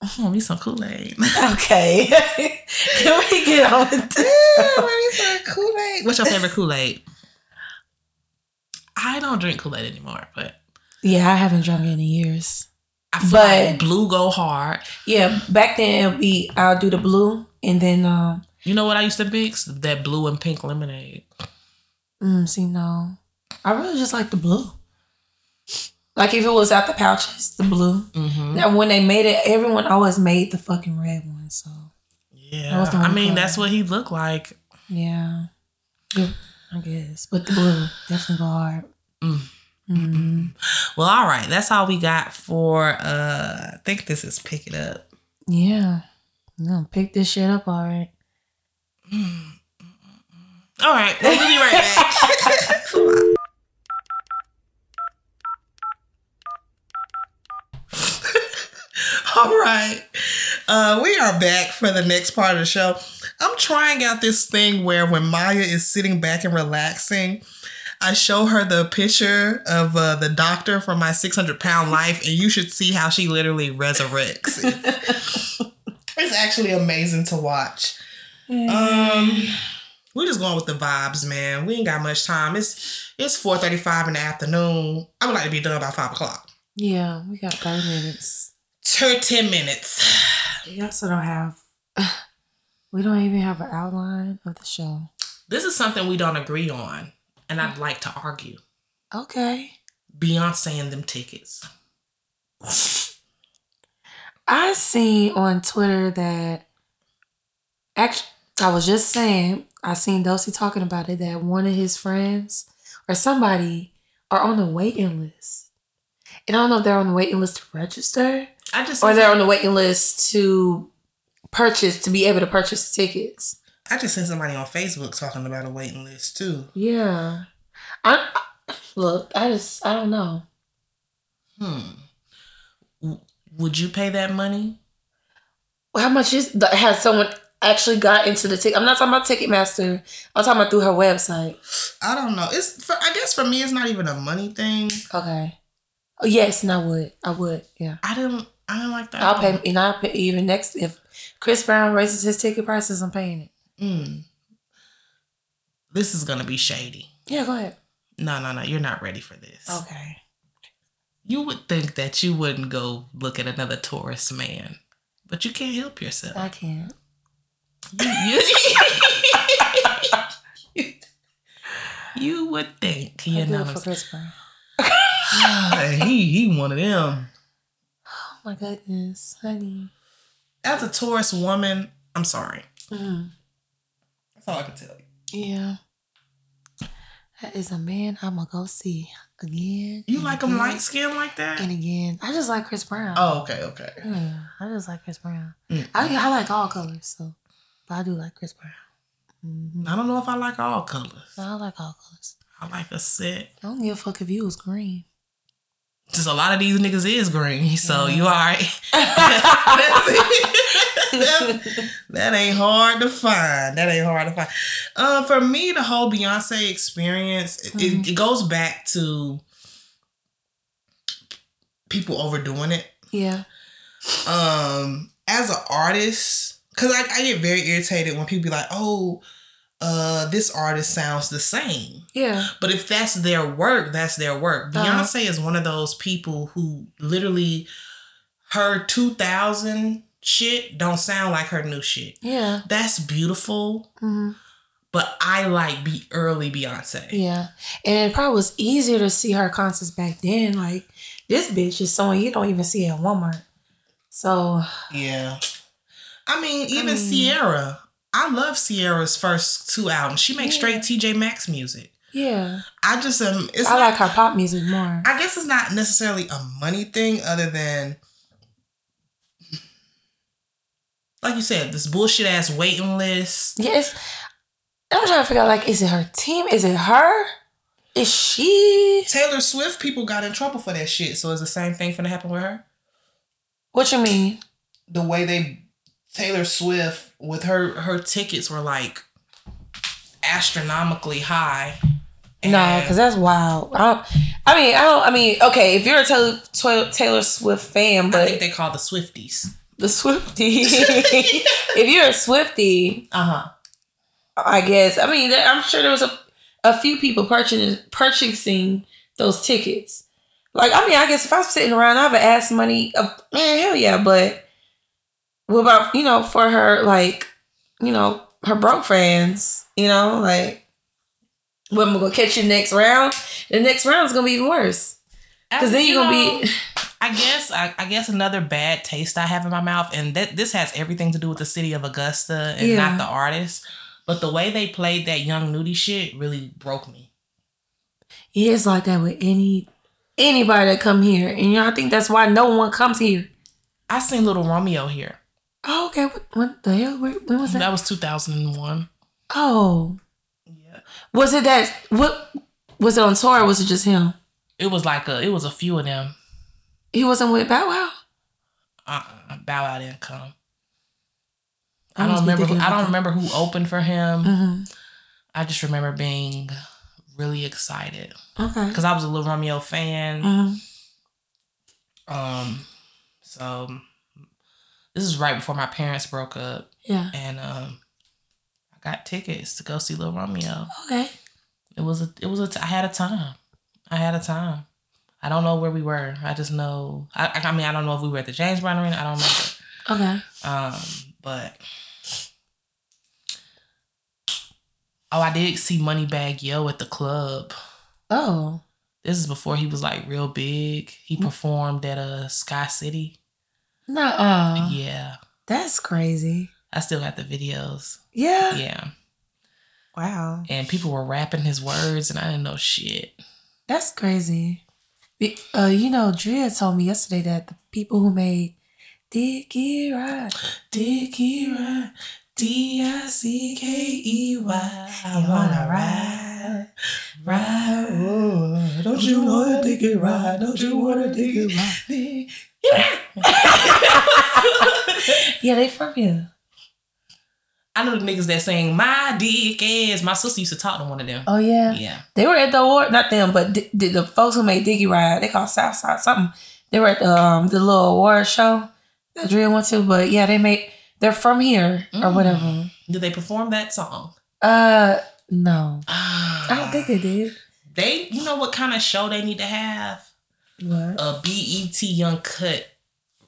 Speaker 1: I want me some Kool-Aid.
Speaker 2: Okay. Can we get on with
Speaker 1: Kool-Aid. What's your favorite Kool-Aid? I don't drink Kool-Aid anymore, but
Speaker 2: Yeah, I haven't drunk in years.
Speaker 1: I feel
Speaker 2: But-
Speaker 1: like blue go hard.
Speaker 2: Yeah, back then it'll be I'll do the blue and then um
Speaker 1: You know what I used to mix? That blue and pink lemonade.
Speaker 2: mm, see no. I really just like the blue. Like if it was out the pouches, the blue.
Speaker 1: Mm-hmm.
Speaker 2: Now when they made it, everyone always made the fucking red one, so That
Speaker 1: Yeah.
Speaker 2: was the
Speaker 1: I
Speaker 2: only
Speaker 1: mean,
Speaker 2: color.
Speaker 1: that's what he looked like.
Speaker 2: yeah. Yeah, I guess. But the blue definitely go hard.
Speaker 1: Mm.
Speaker 2: Mm.
Speaker 1: Well, all right. That's all we got for uh I think this is pick it up.
Speaker 2: Yeah. I'm gonna pick this shit up all right.
Speaker 1: All right, we'll be right back. Come on. All right, uh, we are back for the next part of the show. I'm trying out this thing where when Maya is sitting back and relaxing, I show her the picture of uh, the doctor from my 600 pound life, and you should see how she literally resurrects. it. it's actually amazing to watch. Um, we're just going with the vibes, man. We ain't got much time. It's it's four thirty five in the afternoon. I would like to be done by five o'clock.
Speaker 2: yeah, we got 30 minutes.
Speaker 1: Thirty minutes.
Speaker 2: We also don't have we don't even have an outline of the show.
Speaker 1: This is something we don't agree on, and I'd like to argue.
Speaker 2: Okay.
Speaker 1: Beyonce and them tickets.
Speaker 2: I seen on Twitter that actually I was just saying I seen Dulcie talking about it that one of his friends or somebody are on the waiting list. And I don't know if they're on the waiting list to register
Speaker 1: I just
Speaker 2: or they're on the waiting list to purchase to be able to purchase tickets.
Speaker 1: I just seen somebody on Facebook talking about a waiting list too.
Speaker 2: Yeah. I, I look, I just I don't know.
Speaker 1: Hmm. W- would you pay that money?
Speaker 2: How much is the, has someone actually got into the ticket? I'm not talking about Ticketmaster. I'm talking about through her website.
Speaker 1: I don't know. It's for, I guess for me, it's not even a money thing.
Speaker 2: Okay. Oh, yes, and I would. I would. Yeah.
Speaker 1: I didn't. I didn't like that.
Speaker 2: I'll pay and I'll pay even next if Chris Brown raises his ticket prices, I'm paying it.
Speaker 1: Mm. This is gonna be shady.
Speaker 2: Yeah, go ahead.
Speaker 1: No, no, no. You're not ready for this.
Speaker 2: Okay.
Speaker 1: You would think that you wouldn't go look at another tourist man, but you can't help yourself.
Speaker 2: I can't.
Speaker 1: You, you, You would think,
Speaker 2: I
Speaker 1: you
Speaker 2: do
Speaker 1: know.
Speaker 2: it for Chris Brown.
Speaker 1: he he one of them.
Speaker 2: Oh my goodness, honey.
Speaker 1: As a tourist woman, I'm sorry.
Speaker 2: Mm,
Speaker 1: That's all I can tell you.
Speaker 2: yeah. That is a man I'ma go see again.
Speaker 1: You
Speaker 2: and
Speaker 1: like him
Speaker 2: again
Speaker 1: light skinned like
Speaker 2: And
Speaker 1: that?
Speaker 2: again, I just like Chris Brown.
Speaker 1: Oh, okay, okay.
Speaker 2: Yeah, I just like Chris Brown.
Speaker 1: Mm.
Speaker 2: I I like all colors, so but I do like Chris Brown. hmm
Speaker 1: I don't know if I like all colors.
Speaker 2: I like all colors.
Speaker 1: I like a set.
Speaker 2: I don't give a fuck if you was green.
Speaker 1: Just a lot of these niggas is green, so
Speaker 2: Yeah.
Speaker 1: you all right. That's it. that ain't hard to find. That ain't hard to find. Uh, for me, the whole Beyonce experience it-
Speaker 2: Mhm.
Speaker 1: it, it goes back to people overdoing it.
Speaker 2: yeah.
Speaker 1: Um, as an artist, because I, I get very irritated when people be like, "Oh, uh, this artist sounds the same."
Speaker 2: Yeah.
Speaker 1: But if that's their work, that's their work.
Speaker 2: Uh-huh.
Speaker 1: Beyonce is one of those people who literally her 2000 shit don't sound like her new shit.
Speaker 2: Yeah.
Speaker 1: That's beautiful,
Speaker 2: hmm
Speaker 1: but I like be early Beyonce.
Speaker 2: Yeah. And it probably was easier to see her concerts back then. Like, this bitch is someone you don't even see at Walmart. So,
Speaker 1: Yeah. I mean, even
Speaker 2: mean-
Speaker 1: Sierra. I love Sierra's first two albums. She makes
Speaker 2: Yeah.
Speaker 1: straight TJ Maxx music.
Speaker 2: yeah.
Speaker 1: I just am. It's
Speaker 2: I
Speaker 1: not-
Speaker 2: like her pop music more.
Speaker 1: I guess it's not necessarily a money thing, other than, like you said, this bullshit ass waiting list.
Speaker 2: Yes. I'm trying to figure out, like, is it her team? Is it her? Is she?
Speaker 1: Taylor Swift people got in trouble for that shit. So is the same thing gonna happen with her?
Speaker 2: What you mean?
Speaker 1: The way they Taylor Swift with her her tickets were like astronomically high.
Speaker 2: No, because that's wild. I, don't, I mean, I don't. I mean, okay, if you're a Taylor, Twi- Taylor Swift fan,
Speaker 1: I
Speaker 2: but
Speaker 1: think they call the Swifties.
Speaker 2: the Swifty, if you're a Swifty,
Speaker 1: Uh huh.
Speaker 2: I guess. I mean, there, I'm sure there was a, a few people purchasing purchasing those tickets, Like, I mean, I guess if I'm sitting around, I have an ass money. Uh, man, hell yeah. But what about, you know, for her, like, you know, her broke friends, you know, like, when we're going to catch you next round, the next round's going to be even worse. Because then you're going to be.
Speaker 1: I guess I, I guess another bad taste I have in my mouth, and that this has everything to do with the city of Augusta and
Speaker 2: Yeah.
Speaker 1: not the artist. But the way they played that young nudie shit really broke me.
Speaker 2: Yeah, it's like that with any anybody that come here. And, you know, I think that's why no one comes here.
Speaker 1: I seen Little Romeo here.
Speaker 2: Oh, okay. What, what the hell? Where, when was that?
Speaker 1: That was two thousand and one.
Speaker 2: Oh.
Speaker 1: Yeah,
Speaker 2: Was it that? What? Was it on tour or was it just him?
Speaker 1: it was like a it was a few of them.
Speaker 2: He wasn't with Bow Wow?
Speaker 1: Uh-uh, Bow Wow didn't come.
Speaker 2: I
Speaker 1: I don't
Speaker 2: must be
Speaker 1: remember. Who,
Speaker 2: thinking
Speaker 1: I
Speaker 2: of
Speaker 1: don't
Speaker 2: that.
Speaker 1: remember who opened for him.
Speaker 2: hmm
Speaker 1: I just remember being really excited
Speaker 2: Okay.
Speaker 1: because I was a Little Romeo fan.
Speaker 2: hmm
Speaker 1: Um, so this is right before my parents broke up,
Speaker 2: Yeah.
Speaker 1: and um, I got tickets to go see Lil Romeo.
Speaker 2: Okay.
Speaker 1: It was a, it was a, t- I had a time, I had a time. I don't know where we were. I just know. I, I- I mean, I don't know if we were at the James Brown Arena. I don't remember.
Speaker 2: Okay.
Speaker 1: Um, but oh, I did see Moneybag Yo at the club.
Speaker 2: Oh.
Speaker 1: This is before he was like real big. He performed at uh, Sky City.
Speaker 2: No. uh
Speaker 1: Yeah,
Speaker 2: That's crazy.
Speaker 1: I still got the videos.
Speaker 2: Yeah.
Speaker 1: Yeah.
Speaker 2: Wow.
Speaker 1: And people were rapping his words and I didn't know shit.
Speaker 2: That's crazy. Y- Uh, you know, Drea told me yesterday that the people who made Dickie Ride.
Speaker 1: Dickie Ride, D I C K E Y. I
Speaker 2: wanna ride,
Speaker 1: ride. don't
Speaker 2: you wanna
Speaker 1: Dickie
Speaker 2: Ride? Don't you wanna Dickie
Speaker 1: Ride?
Speaker 2: Yeah, they from here.
Speaker 1: I know the niggas that sing my dick is. My sister used to talk to one of them.
Speaker 2: Oh, yeah.
Speaker 1: Yeah.
Speaker 2: They were at the award, not them, but di- di- the folks who made Diggy Ride, they call Southside something. They were at the, um, the little award show that Drea went to, but yeah, they made, they're from here or
Speaker 1: Mm.
Speaker 2: whatever.
Speaker 1: Did they perform that song?
Speaker 2: Uh, no. I
Speaker 1: I
Speaker 2: don't think they did.
Speaker 1: They, you know what kind of show they need to have?
Speaker 2: What?
Speaker 1: A BET Young Cut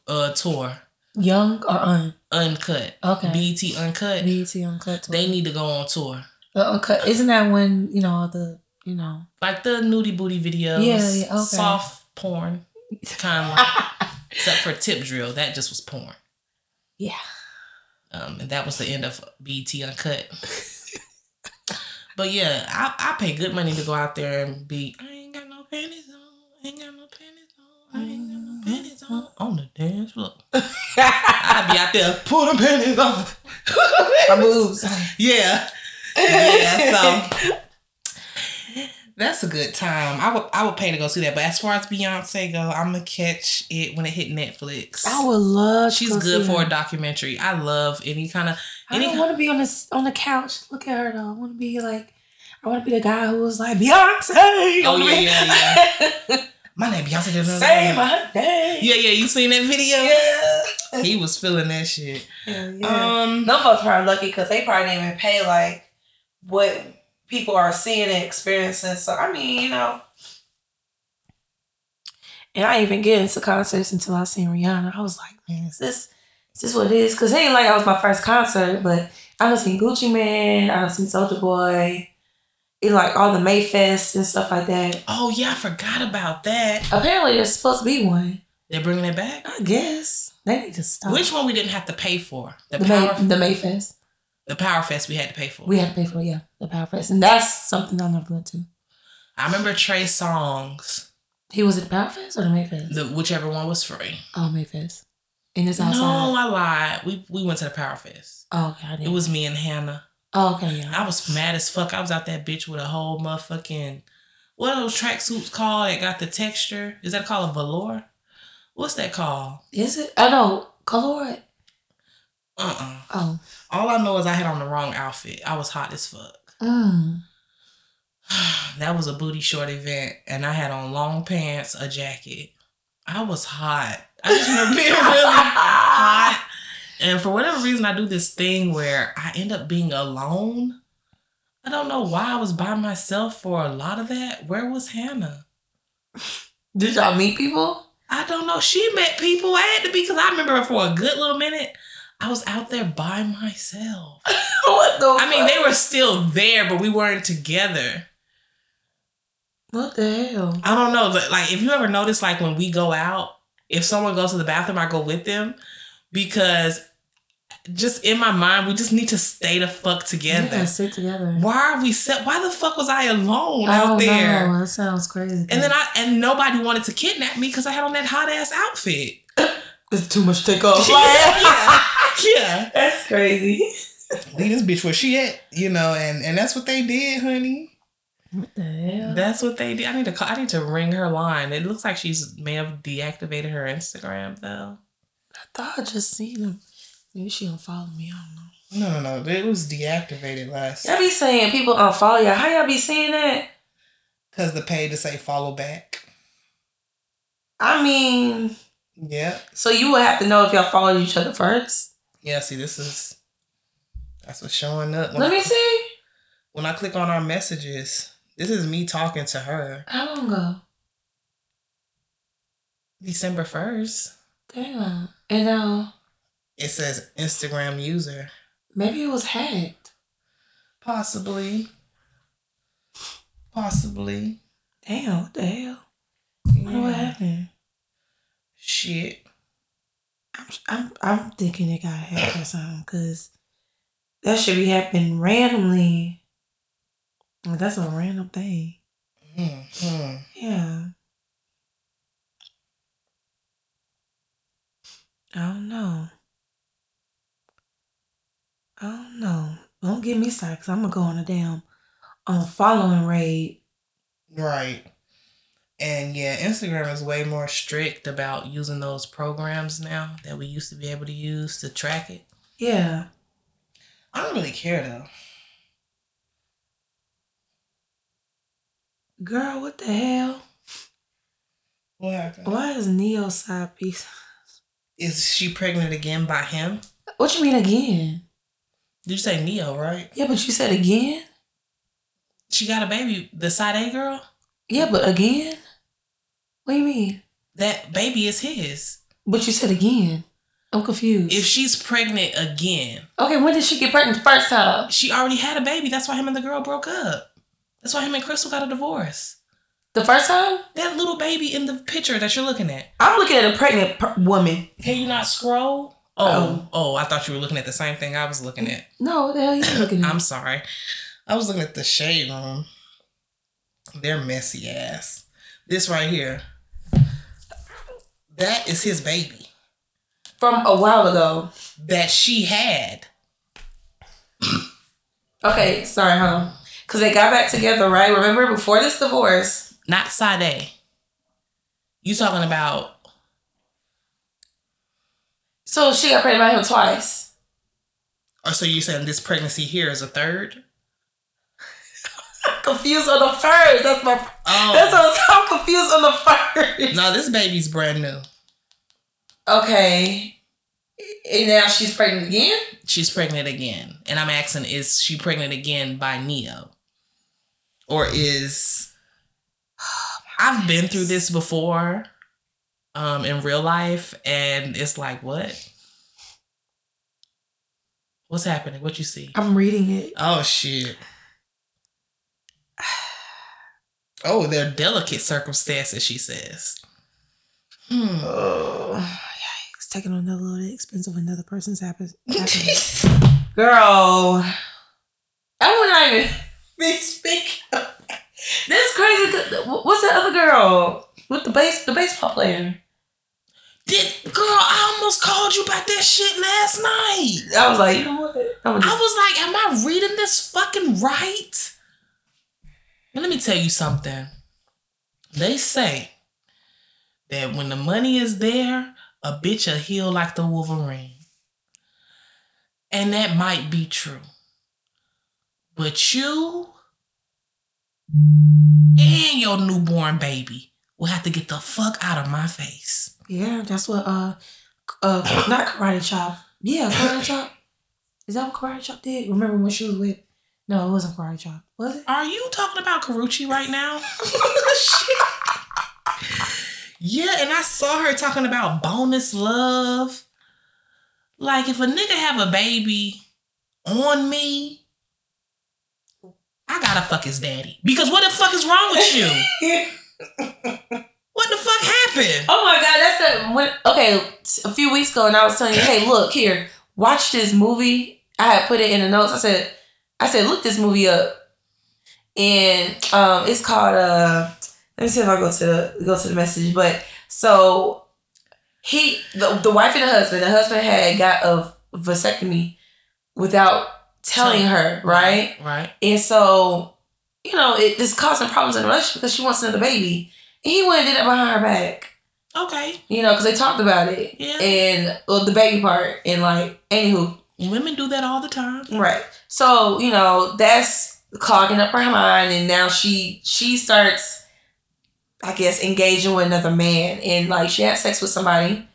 Speaker 1: uh, tour.
Speaker 2: Young or un?
Speaker 1: Uncut.
Speaker 2: Okay.
Speaker 1: BET Uncut.
Speaker 2: BET Uncut. Tour.
Speaker 1: They need to go on tour.
Speaker 2: The uncut isn't that when you know all the you know?
Speaker 1: Like the nudie booty videos.
Speaker 2: Yeah, yeah, okay.
Speaker 1: Soft porn. Kind of like, except for tip drill. That just was porn.
Speaker 2: yeah.
Speaker 1: Um, and that was the end of BT Uncut. but yeah, I, I pay good money to go out there and be, I ain't got no panties on. I ain't got no panties on. I ain't got no panties on. On the dance floor. I'd be out there, pull them panties off.
Speaker 2: My boobs.
Speaker 1: Yeah. Yeah, so that's a good time. I would I would pay to go see that. But as far as Beyonce go, I'm gonna catch it when it hit Netflix.
Speaker 2: I would love.
Speaker 1: She's
Speaker 2: to
Speaker 1: good
Speaker 2: see
Speaker 1: for
Speaker 2: her.
Speaker 1: a documentary. I love any kind of
Speaker 2: I
Speaker 1: any
Speaker 2: don't want to be on this on the couch. Look at her though. I want to be like. I want to be the guy who was like Beyonce.
Speaker 1: Oh, yeah, yeah,
Speaker 2: yeah.
Speaker 1: my name Beyonce. da- da- da- da.
Speaker 2: Save my day.
Speaker 1: Yeah, yeah, you seen that video?
Speaker 2: Yeah.
Speaker 1: He was feeling that shit.
Speaker 2: Hell yeah.
Speaker 1: Um,
Speaker 2: Them folks probably lucky because they probably didn't even pay like what people are seeing and experiencing. So I mean, you know. And I even get into concerts until I seen Rihanna. I was like, man, is this is this what it is? Cause it ain't like I was my first concert, but I done seen Gucci Man, I done seen Soldier Boy, it like all the Mayfests and stuff like that.
Speaker 1: oh yeah, I forgot about that.
Speaker 2: Apparently there's supposed to be one.
Speaker 1: They're bringing it back.
Speaker 2: I guess. They need to stop.
Speaker 1: Which one we didn't have to pay for? The,
Speaker 2: Oh. the,
Speaker 1: power,
Speaker 2: May, the Mayfest.
Speaker 1: the Power Fest we had to pay for.
Speaker 2: We had to pay for it, yeah, the power press, and that's something I never went to.
Speaker 1: I remember Trey Songs,
Speaker 2: He was at the power fest or the Mayfest?
Speaker 1: the whichever one was free.
Speaker 2: Oh, Mayfest, and it's outside.
Speaker 1: No, I lied. We we went to the Power Fest.
Speaker 2: oh, okay, I
Speaker 1: It
Speaker 2: did.
Speaker 1: was me and Hannah.
Speaker 2: oh, okay, yeah.
Speaker 1: I was mad as fuck. I was out that bitch with a whole motherfucking what are those tracksuits called that got the texture? Is that called a velour? What's that called?
Speaker 2: Is it? Oh no, color.
Speaker 1: Uh uh
Speaker 2: Oh,
Speaker 1: All I know is I had on the wrong outfit. I was hot as fuck.
Speaker 2: mm.
Speaker 1: that was a booty short event, and I had on long pants, a jacket. I was hot. I just remember being really hot. And for whatever reason, I do this thing where I end up being alone. I don't know why I was by myself for a lot of that. Where was Hannah?
Speaker 2: Did y'all meet people?
Speaker 1: I don't know. She met people. I had to be because I remember for a good little minute, I was out there by myself.
Speaker 2: what the?
Speaker 1: I mean,
Speaker 2: fuck?
Speaker 1: they were still there, but we weren't together.
Speaker 2: What the hell?
Speaker 1: I don't know. But like, if you ever notice, like when we go out, if someone goes to the bathroom, I go with them because just in my mind, we just need to stay the fuck together.
Speaker 2: Yeah, sit together.
Speaker 1: Why are we set? Why the fuck was I alone
Speaker 2: I
Speaker 1: out
Speaker 2: don't
Speaker 1: there?
Speaker 2: know. That sounds crazy.
Speaker 1: And then I and nobody wanted to kidnap me because I had on that hot ass outfit.
Speaker 2: it's too much take
Speaker 1: Oh,
Speaker 2: off.
Speaker 1: yeah.
Speaker 2: That's crazy.
Speaker 1: Leave this bitch where she at, you know, and and that's what they did, honey.
Speaker 2: What the hell?
Speaker 1: That's what they did. I need to call, I need to ring her line. It looks like she's may have deactivated her Instagram though.
Speaker 2: I thought I just seen him. Maybe she don't follow me. I don't know.
Speaker 1: No, no, no. It was deactivated last
Speaker 2: Y'all be saying people unfollow y'all. How y'all be seeing that?
Speaker 1: because the page to say follow back.
Speaker 2: I mean,
Speaker 1: Yep.
Speaker 2: so you would have to know if y'all followed each other first.
Speaker 1: Yeah. See, this is that's what's showing up when,
Speaker 2: Let
Speaker 1: I,
Speaker 2: me see.
Speaker 1: when I click on our messages. This is me talking to her.
Speaker 2: How long ago?
Speaker 1: December first.
Speaker 2: Damn. And uh,
Speaker 1: It says Instagram user.
Speaker 2: maybe it was hacked.
Speaker 1: Possibly. Possibly.
Speaker 2: Damn. What the hell? What
Speaker 1: Yeah.
Speaker 2: happened?
Speaker 1: Shit.
Speaker 2: I'm, I'm, I'm thinking it got hacked or something because that should be happening randomly. Like, That's a random thing.
Speaker 1: hmm
Speaker 2: Yeah. I don't know. I don't know. Don't get me started because I'm going to go on a damn on following raid.
Speaker 1: Right. And yeah, Instagram is way more strict about using those programs now that we used to be able to use to track it.
Speaker 2: Yeah.
Speaker 1: I don't really care though.
Speaker 2: Girl, what the hell?
Speaker 1: What happened?
Speaker 2: Why is Neo side piece?
Speaker 1: Is she pregnant again by him?
Speaker 2: What you mean again?
Speaker 1: Did you say Neo, right?
Speaker 2: Yeah, but you said again?
Speaker 1: She got a baby, the side A girl?
Speaker 2: Yeah, but again? What do you mean?
Speaker 1: That baby is his.
Speaker 2: But you said again. I'm confused.
Speaker 1: If she's pregnant again,
Speaker 2: okay, when did she get pregnant the first time?
Speaker 1: she already had a baby. That's why him and the girl broke up. That's why him and Crystal got a divorce.
Speaker 2: The first time?
Speaker 1: That little baby in the picture that you're looking at.
Speaker 2: I'm looking at a pregnant per- woman.
Speaker 1: Can you not scroll? Oh, oh, I thought you were looking at the same thing I was looking at.
Speaker 2: No, what the hell you looking at?
Speaker 1: I'm sorry. I was looking at the shade room. They're messy ass. This right here. That is his baby
Speaker 2: From a while ago.
Speaker 1: that she had.
Speaker 2: Okay, sorry, huh? Because they got back together, right? Remember before this divorce?
Speaker 1: Not Sade. You talking about
Speaker 2: So she got pregnant by him twice.
Speaker 1: or so you saying this pregnancy here is a third?
Speaker 2: Confused on the first. That's my.
Speaker 1: Oh
Speaker 2: That's what I'm confused on the first.
Speaker 1: no, this baby's brand new.
Speaker 2: Okay. And now she's pregnant again.
Speaker 1: she's pregnant again. And I'm asking, is she pregnant again by Neo? Or is I've been through this before um in real life and it's like what? What's happening? What you see?
Speaker 2: I'm reading it.
Speaker 1: Oh shit. Oh, they're delicate circumstances, she says. Hmm.
Speaker 2: Oh, yikes! Taking on another little expense of another person's happiness. Girl, I would not even be speaking. of- This crazy. th- What's that other girl with the base? The baseball player.
Speaker 1: Did girl, I almost called you about that shit last night.
Speaker 2: I was like, you know what? I'm gonna
Speaker 1: I
Speaker 2: just,
Speaker 1: was like, am I reading this fucking right? Let me tell you something. They say that when the money is there, a bitch will heal like the Wolverine. And that might be true. But you and your newborn baby will have to get the fuck out of my face.
Speaker 2: yeah, that's what. Uh, uh, not karate chop. Yeah, karate chop. Is that what karate chop did? Remember when she was with? No, it wasn't karate chop. Was it?
Speaker 1: Are you talking about Karuchi right now? Yeah, and I saw her talking about bonus love. Like if a nigga have a baby on me, I gotta fuck his daddy. Because what the fuck is wrong with you? what the fuck happened?
Speaker 2: Oh my god, that's a when, okay. A few weeks ago, and I was telling you, hey, look here, watch this movie. I had put it in the notes. I said, I said, look this movie up, and um, it's called. Uh, let me see if I go to the go to the message. But so he, the, the wife and the husband, the husband had got a vasectomy without telling her, right?
Speaker 1: Right.
Speaker 2: And so, you know, it, it's causing problems in the relationship because she wants another baby. And he went and did it behind her back.
Speaker 1: Okay.
Speaker 2: You know, because they talked about it.
Speaker 1: Yeah.
Speaker 2: And well, the baby part. And like, anywho.
Speaker 1: Women do that all the time.
Speaker 2: Right. So, you know, that's clogging up her mind. And now she she starts, I guess, engaging with another man. And like she had sex with somebody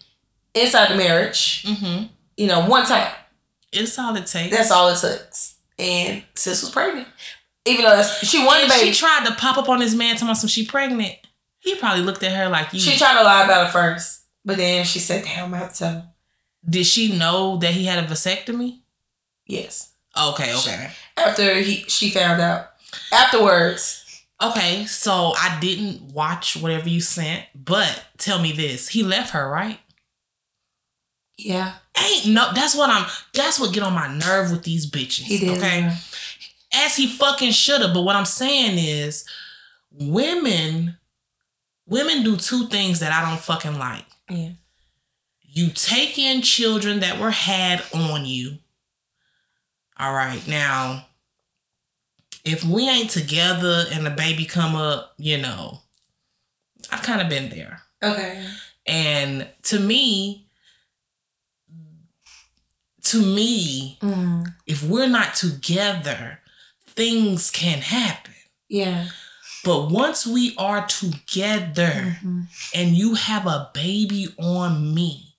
Speaker 2: inside the marriage,
Speaker 1: Mm-hmm.
Speaker 2: you know, one time.
Speaker 1: It's all it takes.
Speaker 2: That's all it took. And sis was pregnant. Even though that's, she wanted a
Speaker 1: And
Speaker 2: baby.
Speaker 1: She tried to pop up on this man talking about some she pregnant. He probably looked at her like you.
Speaker 2: She tried to lie about it first, but then she said, "Damn, I have to tell him."
Speaker 1: Did she know that he had a vasectomy?
Speaker 2: Yes.
Speaker 1: Okay, okay.
Speaker 2: After he, she found out. Afterwards,
Speaker 1: Okay, so I didn't watch whatever you sent, but tell me this. He left her, right?
Speaker 2: yeah,
Speaker 1: Ain't no that's what I'm that's what get on my nerve with these bitches.
Speaker 2: he did.
Speaker 1: Okay. As he fucking shoulda, but what I'm saying is women women do two things that I don't fucking like.
Speaker 2: Yeah.
Speaker 1: you take in children that were had on you. All right, now, if we ain't together and the baby come up, you know, I've kind of been there.
Speaker 2: Okay.
Speaker 1: And to me, to me,
Speaker 2: Mm,
Speaker 1: if we're not together, things can happen.
Speaker 2: yeah.
Speaker 1: But once we are together,
Speaker 2: Mhm.
Speaker 1: and you have a baby on me,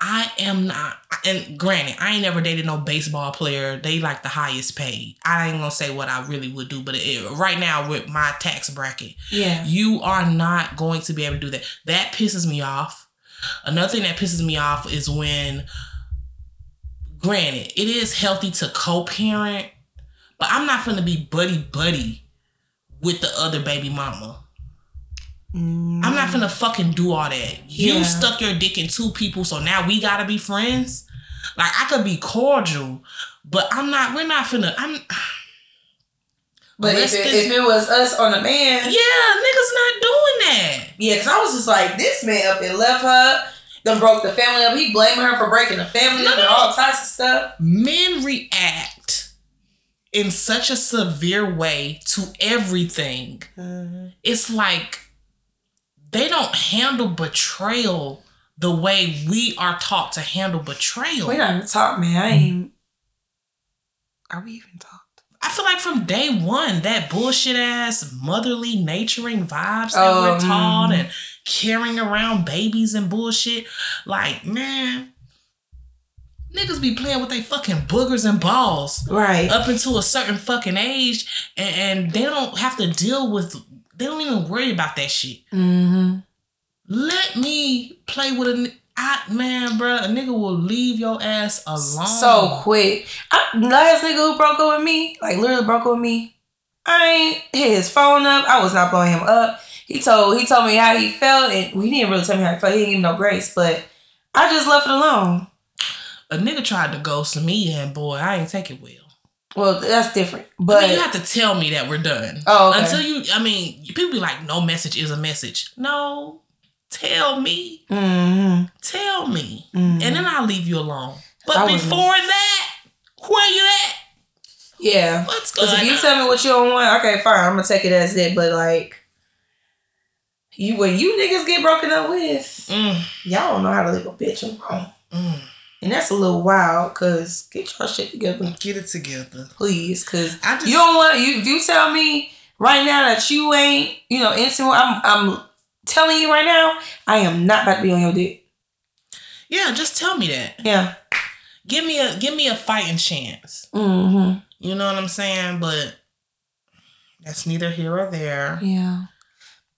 Speaker 1: I am not. And granted, I ain't never dated no baseball player. They like the highest paid. I ain't gonna say what I really would do, but it, right now with my tax bracket,
Speaker 2: Yeah.
Speaker 1: you are not going to be able to do that. That pisses me off. Another thing that pisses me off is when, granted, it is healthy to co parent, but I'm not gonna be buddy buddy with the other baby mama.
Speaker 2: Mm-hmm.
Speaker 1: I'm not gonna fucking do all that. You
Speaker 2: Yeah.
Speaker 1: stuck your dick in two people, so now we gotta be friends. Like I could be cordial, but I'm not. We're not finna. I'm.
Speaker 2: But if
Speaker 1: Let's
Speaker 2: it,
Speaker 1: just-
Speaker 2: if it was us on a man,
Speaker 1: Yeah, niggas not doing that.
Speaker 2: yeah, because I was just like, this man up and left her, then broke the family up. He blaming her for breaking the family up and all types of stuff.
Speaker 1: Men react in such a severe way to everything.
Speaker 2: Mm-hmm.
Speaker 1: It's like they don't handle betrayal the way we are taught to handle betrayal.
Speaker 2: We not even talk, man. I ain't. Are we even talked?
Speaker 1: I feel like from day one, that bullshit ass motherly naturing vibes that
Speaker 2: Oh,
Speaker 1: we're taught
Speaker 2: mhm.
Speaker 1: and carrying around babies and bullshit. Like, man, niggas be playing with they fucking boogers and balls
Speaker 2: Right.
Speaker 1: up until a certain fucking age and, and they don't have to deal with, they don't even worry about that shit.
Speaker 2: Mm-hmm.
Speaker 1: Let me play with a, ni- I, man, bro, a nigga will leave your ass alone.
Speaker 2: So quick. I, last nigga who broke up with me, like literally broke up with me. I ain't hit his phone up. I was not blowing him up. He told he told me how he felt, and well, he didn't really tell me how he felt. He didn't give me no grace, but I just left it alone.
Speaker 1: a nigga tried to ghost me and boy, I ain't take it well.
Speaker 2: Well, that's different.
Speaker 1: I
Speaker 2: But
Speaker 1: mean, you have to tell me that we're done.
Speaker 2: oh, okay.
Speaker 1: Until you, I mean, people be like, no message is a message. No, tell me,
Speaker 2: Mhm,
Speaker 1: tell me,
Speaker 2: mhm.
Speaker 1: and then I'll leave you alone. But
Speaker 2: I wouldn't.
Speaker 1: before that, where you at?
Speaker 2: yeah,
Speaker 1: What's going
Speaker 2: because if you
Speaker 1: on?
Speaker 2: tell me what you don't want, okay, fine. I'm gonna take it as it. But like, you when you niggas get broken up with,
Speaker 1: Mm,
Speaker 2: y'all don't know how to leave a bitch alone.
Speaker 1: mm.
Speaker 2: And that's a little wild, cause get your shit together,
Speaker 1: Get it together.
Speaker 2: please, cause
Speaker 1: I just,
Speaker 2: you don't want you. If you tell me right now that you ain't, you know, into, I'm, I'm telling you right now, I am not about to be on your dick.
Speaker 1: yeah, just tell me that.
Speaker 2: Yeah.
Speaker 1: Give me a, give me a fighting chance.
Speaker 2: Mm-hmm.
Speaker 1: You know what I'm saying? But that's neither here or there.
Speaker 2: Yeah.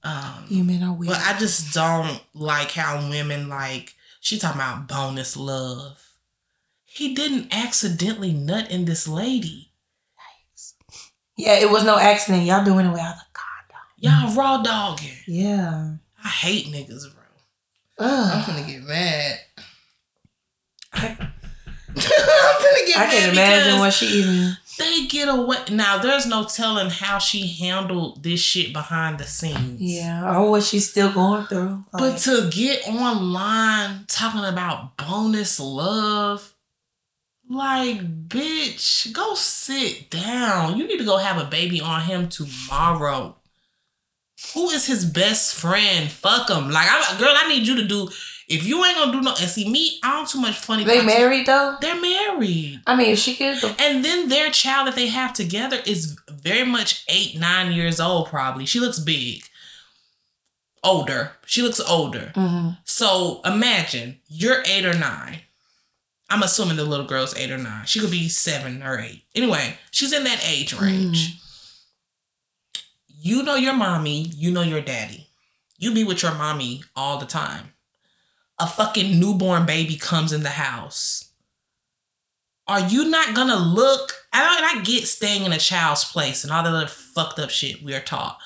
Speaker 1: Um,
Speaker 2: You mean I will?
Speaker 1: but I just don't like how women like she talking about bonus love. He didn't accidentally nut in this lady.
Speaker 2: yeah, it was no accident. Y'all doing it without the condom. Mm.
Speaker 1: Y'all raw dogging.
Speaker 2: Yeah.
Speaker 1: I hate niggas, bro. I'm
Speaker 2: Ugh.
Speaker 1: gonna get mad. I'm
Speaker 2: I-
Speaker 1: gonna get
Speaker 2: I
Speaker 1: mad
Speaker 2: can
Speaker 1: because
Speaker 2: imagine what she even.
Speaker 1: they get away. Now there's no telling how she handled this shit behind the scenes.
Speaker 2: Yeah, or what she's still going through.
Speaker 1: But to get online talking about bonus love, like, bitch, go sit down. You need to go have a baby on him tomorrow. Who is his best friend? Fuck him. Like, I, girl, I need you to do. If you ain't gonna do no, and see me, I don't too much funny.
Speaker 2: like, they
Speaker 1: content.
Speaker 2: married though.
Speaker 1: They're married.
Speaker 2: I mean, if she could. The,
Speaker 1: And then their child that they have together is very much eight, nine years old, probably. She looks big. Older. She looks older.
Speaker 2: Mhm.
Speaker 1: So imagine you're eight or nine. I'm assuming the little girl's eight or nine. She could be seven or eight. Anyway, she's in that age range. You know your mommy, you know your daddy. You be with your mommy all the time. A fucking newborn baby comes in the house. Are you not gonna look? I don't. I get staying in a child's place and all the other fucked up shit we are taught.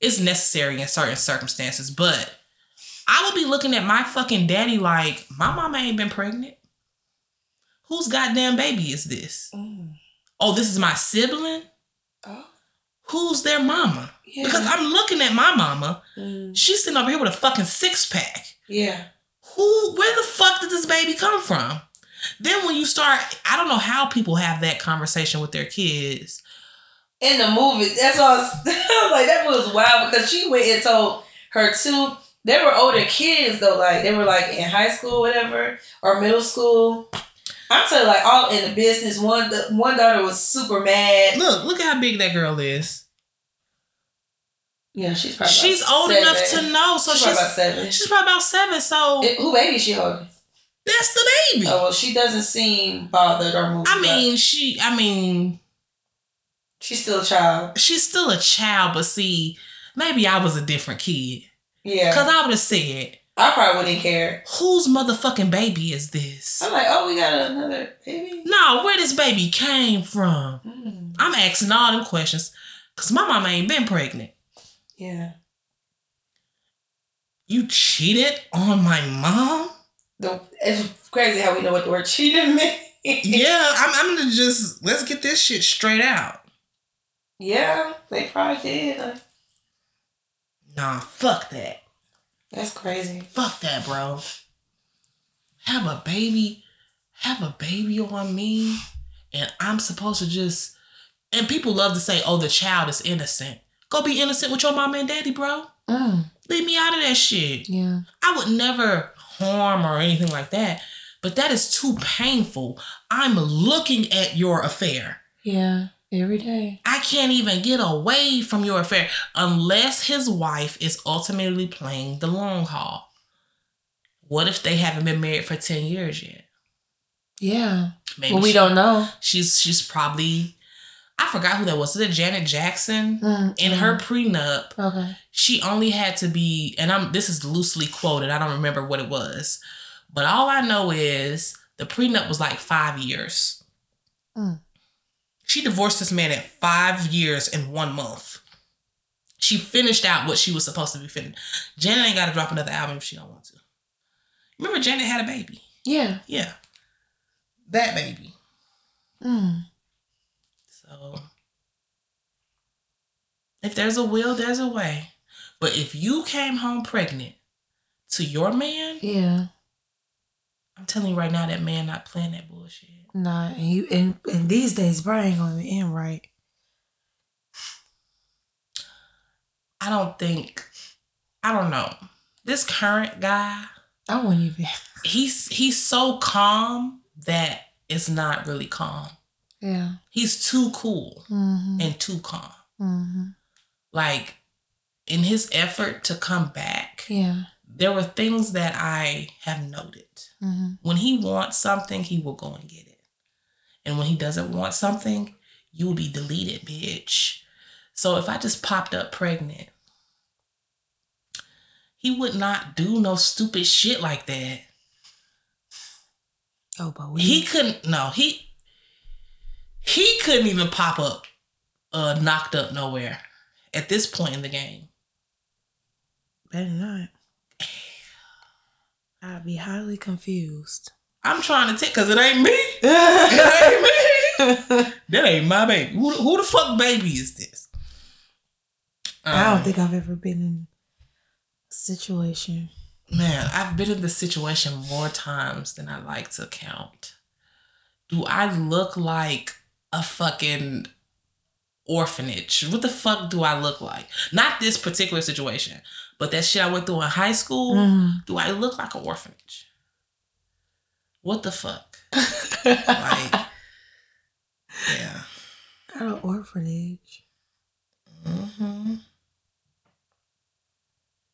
Speaker 1: It's necessary in certain circumstances, but I would be looking at my fucking daddy like, my mama ain't been pregnant. Whose goddamn baby is this?
Speaker 2: Mm.
Speaker 1: Oh, this is my sibling?
Speaker 2: Oh,
Speaker 1: Who's their mama?
Speaker 2: yeah.
Speaker 1: Because I'm looking at my mama.
Speaker 2: Mm.
Speaker 1: She's sitting over here with a fucking six pack.
Speaker 2: Yeah.
Speaker 1: Who, where the fuck did this baby come from? Then when you start, I don't know how people have that conversation with their kids.
Speaker 2: in the movie. That's all. I was, I was like, that was wild because she went and told her two. They were older kids though, like they were like in high school, whatever, or middle school. I'm telling you, like all in the business. One the, one daughter was super mad.
Speaker 1: Look, look how big that girl is.
Speaker 2: Yeah, she's probably
Speaker 1: She's
Speaker 2: about
Speaker 1: old
Speaker 2: seven.
Speaker 1: enough to know, so
Speaker 2: she's, probably
Speaker 1: she's
Speaker 2: about seven.
Speaker 1: she's probably about seven. So
Speaker 2: It- who baby she holding?
Speaker 1: that's the baby.
Speaker 2: Oh well, she doesn't seem bothered or moved.
Speaker 1: I
Speaker 2: by-
Speaker 1: mean, she. I mean,
Speaker 2: she's still a child.
Speaker 1: she's still a child, but see, maybe I was a different kid.
Speaker 2: Yeah,
Speaker 1: Cause I would have said,
Speaker 2: I probably wouldn't care.
Speaker 1: "Whose motherfucking baby is this?"
Speaker 2: I'm like, oh, we got another baby.
Speaker 1: No, where this baby came from?
Speaker 2: Hmm.
Speaker 1: I'm asking all them questions, cause my mama ain't been pregnant.
Speaker 2: Yeah,
Speaker 1: You cheated on my mom?
Speaker 2: the, it's crazy how we know what the word cheating means.
Speaker 1: yeah, I'm. I'm gonna just let's get this shit straight out.
Speaker 2: Yeah, they probably did. Like,
Speaker 1: Nah, fuck that.
Speaker 2: that's crazy.
Speaker 1: Fuck that, bro. Have a baby, have a baby on me, and I'm supposed to just. And people love to say, "Oh, the child is innocent." Go be innocent with your mama and daddy, bro.
Speaker 2: Mm,
Speaker 1: Leave me out of that shit.
Speaker 2: yeah.
Speaker 1: I would never harm or anything like that, but that is too painful. I'm looking at your affair.
Speaker 2: Yeah. Every day.
Speaker 1: I can't even get away from your affair unless his wife is ultimately playing the long haul. What if they haven't been married for 10 years yet?
Speaker 2: Yeah.
Speaker 1: Maybe
Speaker 2: well, we
Speaker 1: she-
Speaker 2: don't know.
Speaker 1: she's she's probably I forgot who that was. Is it Janet Jackson?
Speaker 2: Mm,
Speaker 1: In her prenup,
Speaker 2: mm. Okay.
Speaker 1: she only had to be and I'm this is loosely quoted. I don't remember what it was. But all I know is the prenup was like 5 years.
Speaker 2: Mm.
Speaker 1: She divorced this man at 5 years and 1 month. She finished out what she was supposed to be finished. Janet ain't got to drop another album if she don't want to. Remember Janet had a baby.
Speaker 2: Yeah.
Speaker 1: Yeah. That baby.
Speaker 2: Mm.
Speaker 1: So if there's a will, there's a way. But if you came home pregnant to your man,
Speaker 2: Yeah.
Speaker 1: I'm telling you right now, that man not playing that bullshit.
Speaker 2: Nah. And you and, and these days, Brian ain't gonna end right.
Speaker 1: I don't think I don't know. This current guy,
Speaker 2: I wouldn't even.
Speaker 1: he's he's so calm that it's not really calm.
Speaker 2: Yeah.
Speaker 1: He's too cool
Speaker 2: Mm-hmm.
Speaker 1: and too calm.
Speaker 2: Mm-hmm.
Speaker 1: Like in his effort to come back,
Speaker 2: Yeah.
Speaker 1: there were things that I have noted.
Speaker 2: Mm-hmm.
Speaker 1: When he wants something, he will go and get it. And when he doesn't want something, you will be deleted, bitch. So if I just popped up pregnant, He would not do no stupid shit like that.
Speaker 2: Oh, but we
Speaker 1: He couldn't. No, he he couldn't even pop up, uh, knocked up nowhere at this point in the game.
Speaker 2: better not. I'd be highly confused.
Speaker 1: I'm trying to take because it ain't me. That ain't
Speaker 2: That's
Speaker 1: me. That ain't my baby. Who, who the fuck baby is this?
Speaker 2: I
Speaker 1: Um,
Speaker 2: don't think I've ever been in a situation.
Speaker 1: Man, I've been in this situation more times than I like to count. Do I look like a fucking orphanage? What the fuck do I look like? Not this particular situation, but that shit I went through in high school. Do I look like an orphanage? What the fuck? Like, yeah.
Speaker 2: At an orphanage.
Speaker 1: hmm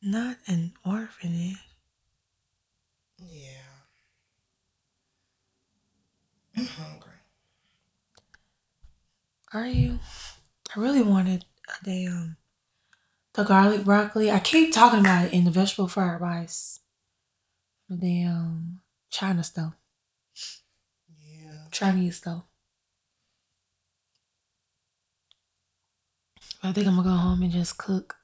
Speaker 2: Not an orphanage.
Speaker 1: Yeah. I'm hungry.
Speaker 2: Are you? I really wanted a damn the garlic broccoli. I keep talking about it in the vegetable fried rice. The damn China stuff.
Speaker 1: Yeah.
Speaker 2: Chinese stuff. I think I'm gonna go home and just cook.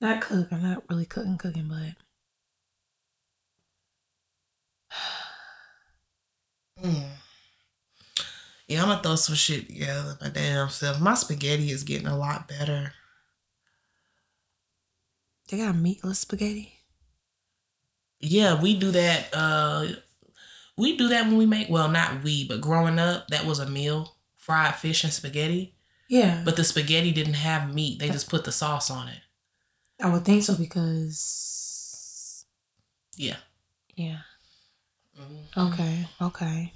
Speaker 2: Not cook. I'm not really cooking, cooking, but
Speaker 1: Mm. Yeah, I'm gonna throw some shit together my damn self. My spaghetti is getting a lot better.
Speaker 2: they got meatless spaghetti.
Speaker 1: Yeah, we do that. Uh, we do that when we make well, not we, but growing up, that was a meal: fried fish and spaghetti.
Speaker 2: Yeah,
Speaker 1: But the spaghetti didn't have meat; they just put the sauce on it.
Speaker 2: I would think so because
Speaker 1: Yeah.
Speaker 2: yeah. Mm-hmm. Okay, okay.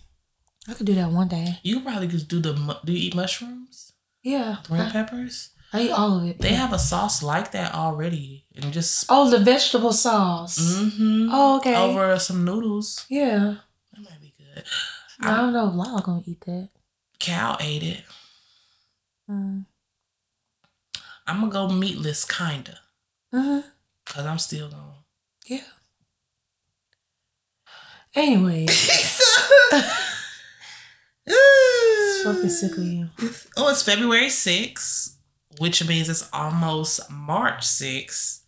Speaker 2: I could do that one day.
Speaker 1: You probably just do the. mu- Do you eat mushrooms?
Speaker 2: Yeah,
Speaker 1: Green
Speaker 2: I,
Speaker 1: peppers?
Speaker 2: I eat all of it.
Speaker 1: They have a sauce like that already, and just
Speaker 2: oh the vegetable sauce.
Speaker 1: mm-hmm,
Speaker 2: Oh, okay.
Speaker 1: over some noodles.
Speaker 2: Yeah,
Speaker 1: That might be good.
Speaker 2: I don't know if Lyle gonna eat that.
Speaker 1: Cal ate it.
Speaker 2: Mm.
Speaker 1: I'm gonna go meatless, kinda,
Speaker 2: hmm
Speaker 1: cause I'm still going.
Speaker 2: Yeah. Anyway, fucking sick of you.
Speaker 1: Oh, it's February 6th, which means it's almost March 6th,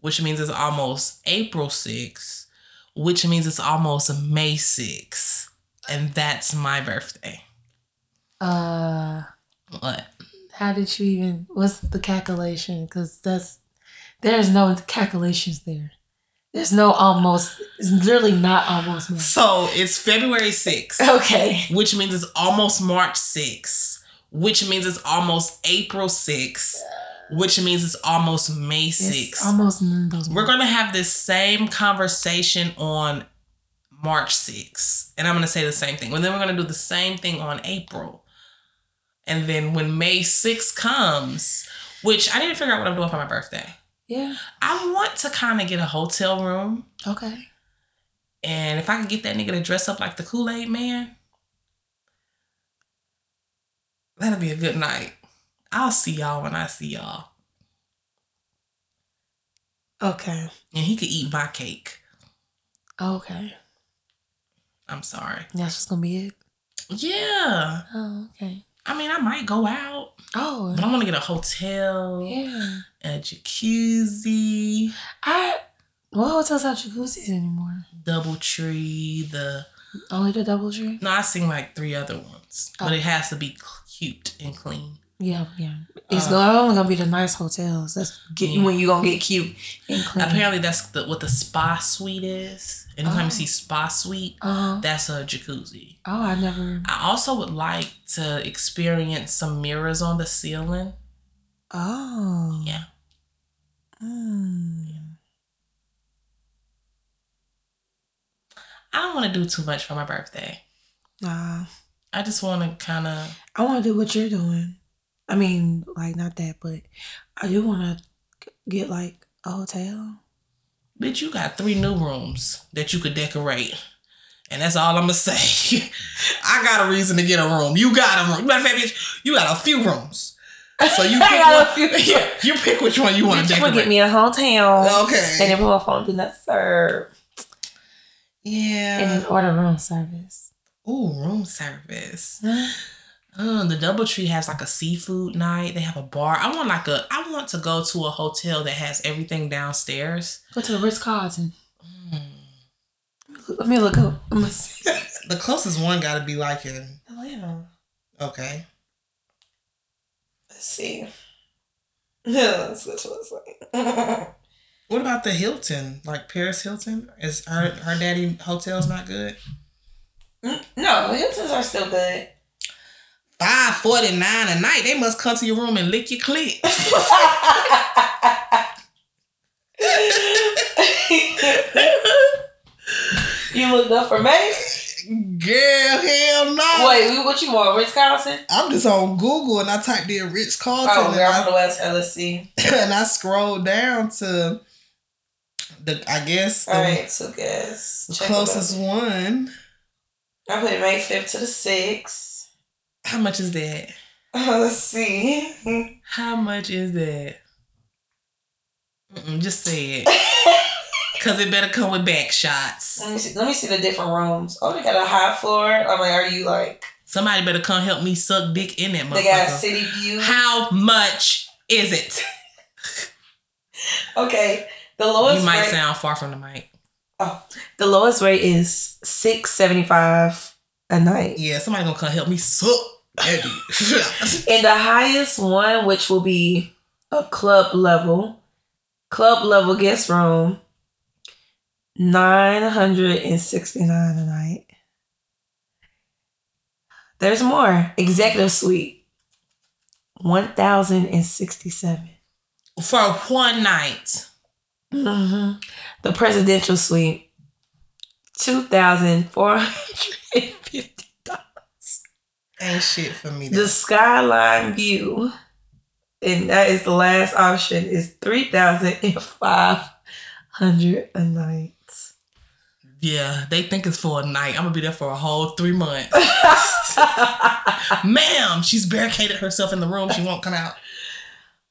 Speaker 1: which means it's almost April 6th, which means it's almost May 6th, and that's my birthday.
Speaker 2: Uh,
Speaker 1: What?
Speaker 2: how did you even? What's the calculation? Because that's there's no calculations there. There's no almost. It's literally not almost. Now.
Speaker 1: So it's February 6th.
Speaker 2: Okay.
Speaker 1: which means it's almost March 6th, which means it's almost April 6th, which means it's almost May
Speaker 2: It's
Speaker 1: 6th.
Speaker 2: almost none of those.
Speaker 1: We're going to have this same conversation on March 6th, and I'm going to say the same thing. And then we're going to do the same thing on April. And then when May 6th comes, which I need to figure out what I'm doing for my birthday.
Speaker 2: Yeah.
Speaker 1: I want to kind of get a hotel room.
Speaker 2: Okay.
Speaker 1: And if I could get that nigga to dress up like the Kool Aid Man, that'll be a good night. I'll see y'all when I see y'all.
Speaker 2: Okay.
Speaker 1: And he could eat my cake.
Speaker 2: Okay.
Speaker 1: I'm sorry.
Speaker 2: That's just gonna be it.
Speaker 1: Yeah.
Speaker 2: Oh, okay.
Speaker 1: I mean, I might go out, but
Speaker 2: Oh,
Speaker 1: I want to get a hotel,
Speaker 2: yeah.
Speaker 1: a jacuzzi,
Speaker 2: I what hotels have jacuzzis anymore?
Speaker 1: double tree, the.
Speaker 2: Only the DoubleTree.
Speaker 1: No, I've seen like three other ones, but
Speaker 2: Oh.
Speaker 1: it has to be cute and clean.
Speaker 2: Yeah, yeah. It's
Speaker 1: Uh,
Speaker 2: go- only gonna be the nice hotels. That's get
Speaker 1: Yeah.
Speaker 2: when you gonna get cute and clean.
Speaker 1: Apparently, that's the, what the spa suite is. Anytime
Speaker 2: Oh.
Speaker 1: you see spa suite,
Speaker 2: Uh-huh.
Speaker 1: that's a jacuzzi.
Speaker 2: Oh, I never.
Speaker 1: I also would like to experience some mirrors on the ceiling.
Speaker 2: Oh.
Speaker 1: Yeah.
Speaker 2: Mm.
Speaker 1: I don't want to do too much for my birthday.
Speaker 2: Nah.
Speaker 1: I just want to kind of
Speaker 2: I want to do what you're doing. I mean, like not that, but I do want to get like a hotel.
Speaker 1: bitch. You got three new rooms that you could decorate, and that's all I'm gonna say. I got a reason to get a room. You got a room. Matter of fact, bitch, you got a few rooms.
Speaker 2: So you
Speaker 1: pick one, yeah, you pick which one you want
Speaker 2: Bitch,
Speaker 1: to
Speaker 2: you gonna get
Speaker 1: decorate.
Speaker 2: me a whole town.
Speaker 1: Okay.
Speaker 2: And if my phone do not serve, and
Speaker 1: Yeah.
Speaker 2: then order room service.
Speaker 1: Ooh, room service. Um, the DoubleTree has like a seafood night. They have a bar. I want like a. I want to go to a hotel that has everything downstairs.
Speaker 2: Go to the Ritz Carlton.
Speaker 1: Mm.
Speaker 2: Let me look up. I'm gonna see.
Speaker 1: The closest one got to be like in.
Speaker 2: Atlanta.
Speaker 1: Okay.
Speaker 2: Let's see. That's what it's like.
Speaker 1: What about the Hilton? Like Paris Hilton? Is her her daddy hotel's not good?
Speaker 2: Mm, no, Hilton's are still good.
Speaker 1: Five forty nine a night. They must come to your room and lick your clit.
Speaker 2: you looked up for me?
Speaker 1: Girl, hell no.
Speaker 2: Wait, we- what you want? Ritz Carlton?
Speaker 1: I'm just on Google and I typed in Rich Carlton
Speaker 2: Oh,
Speaker 1: and,
Speaker 2: girl, I'm on
Speaker 1: I,
Speaker 2: the west side. Let's see.
Speaker 1: and I scrolled down to the I guess the
Speaker 2: All right, so guess. Check it out.
Speaker 1: closest one.
Speaker 2: I put May 5th to the 6th.
Speaker 1: How much is that?
Speaker 2: Let's see.
Speaker 1: How much is that? Mm-mm, just say it.
Speaker 2: let,
Speaker 1: Cause it better come with back shots.
Speaker 2: me see let me see the different rooms. Oh, they got a high floor. I'm like, are you like,
Speaker 1: Somebody better come help me suck dick in that
Speaker 2: they got a
Speaker 1: motherfucker.
Speaker 2: city view?
Speaker 1: How much is it?
Speaker 2: Okay, the lowest
Speaker 1: you might
Speaker 2: rate,
Speaker 1: sound far from the mic.
Speaker 2: the lowest rate is 675 a night.
Speaker 1: Yeah, somebody gonna come help me suck. that dick.
Speaker 2: And the highest one, which will be a club level, club level guest room, 969 a night. There's more. Executive suite, 1067.
Speaker 1: For one night.
Speaker 2: hmm The presidential suite, $2,450.
Speaker 1: Ain't shit for me.
Speaker 2: The skyline view, and that is the last option, is three thousand and five hundred a night.
Speaker 1: Yeah, they think it's for a night. I'm gonna be there for a whole three months. Ma'am, she's barricaded herself in the room. She won't come out.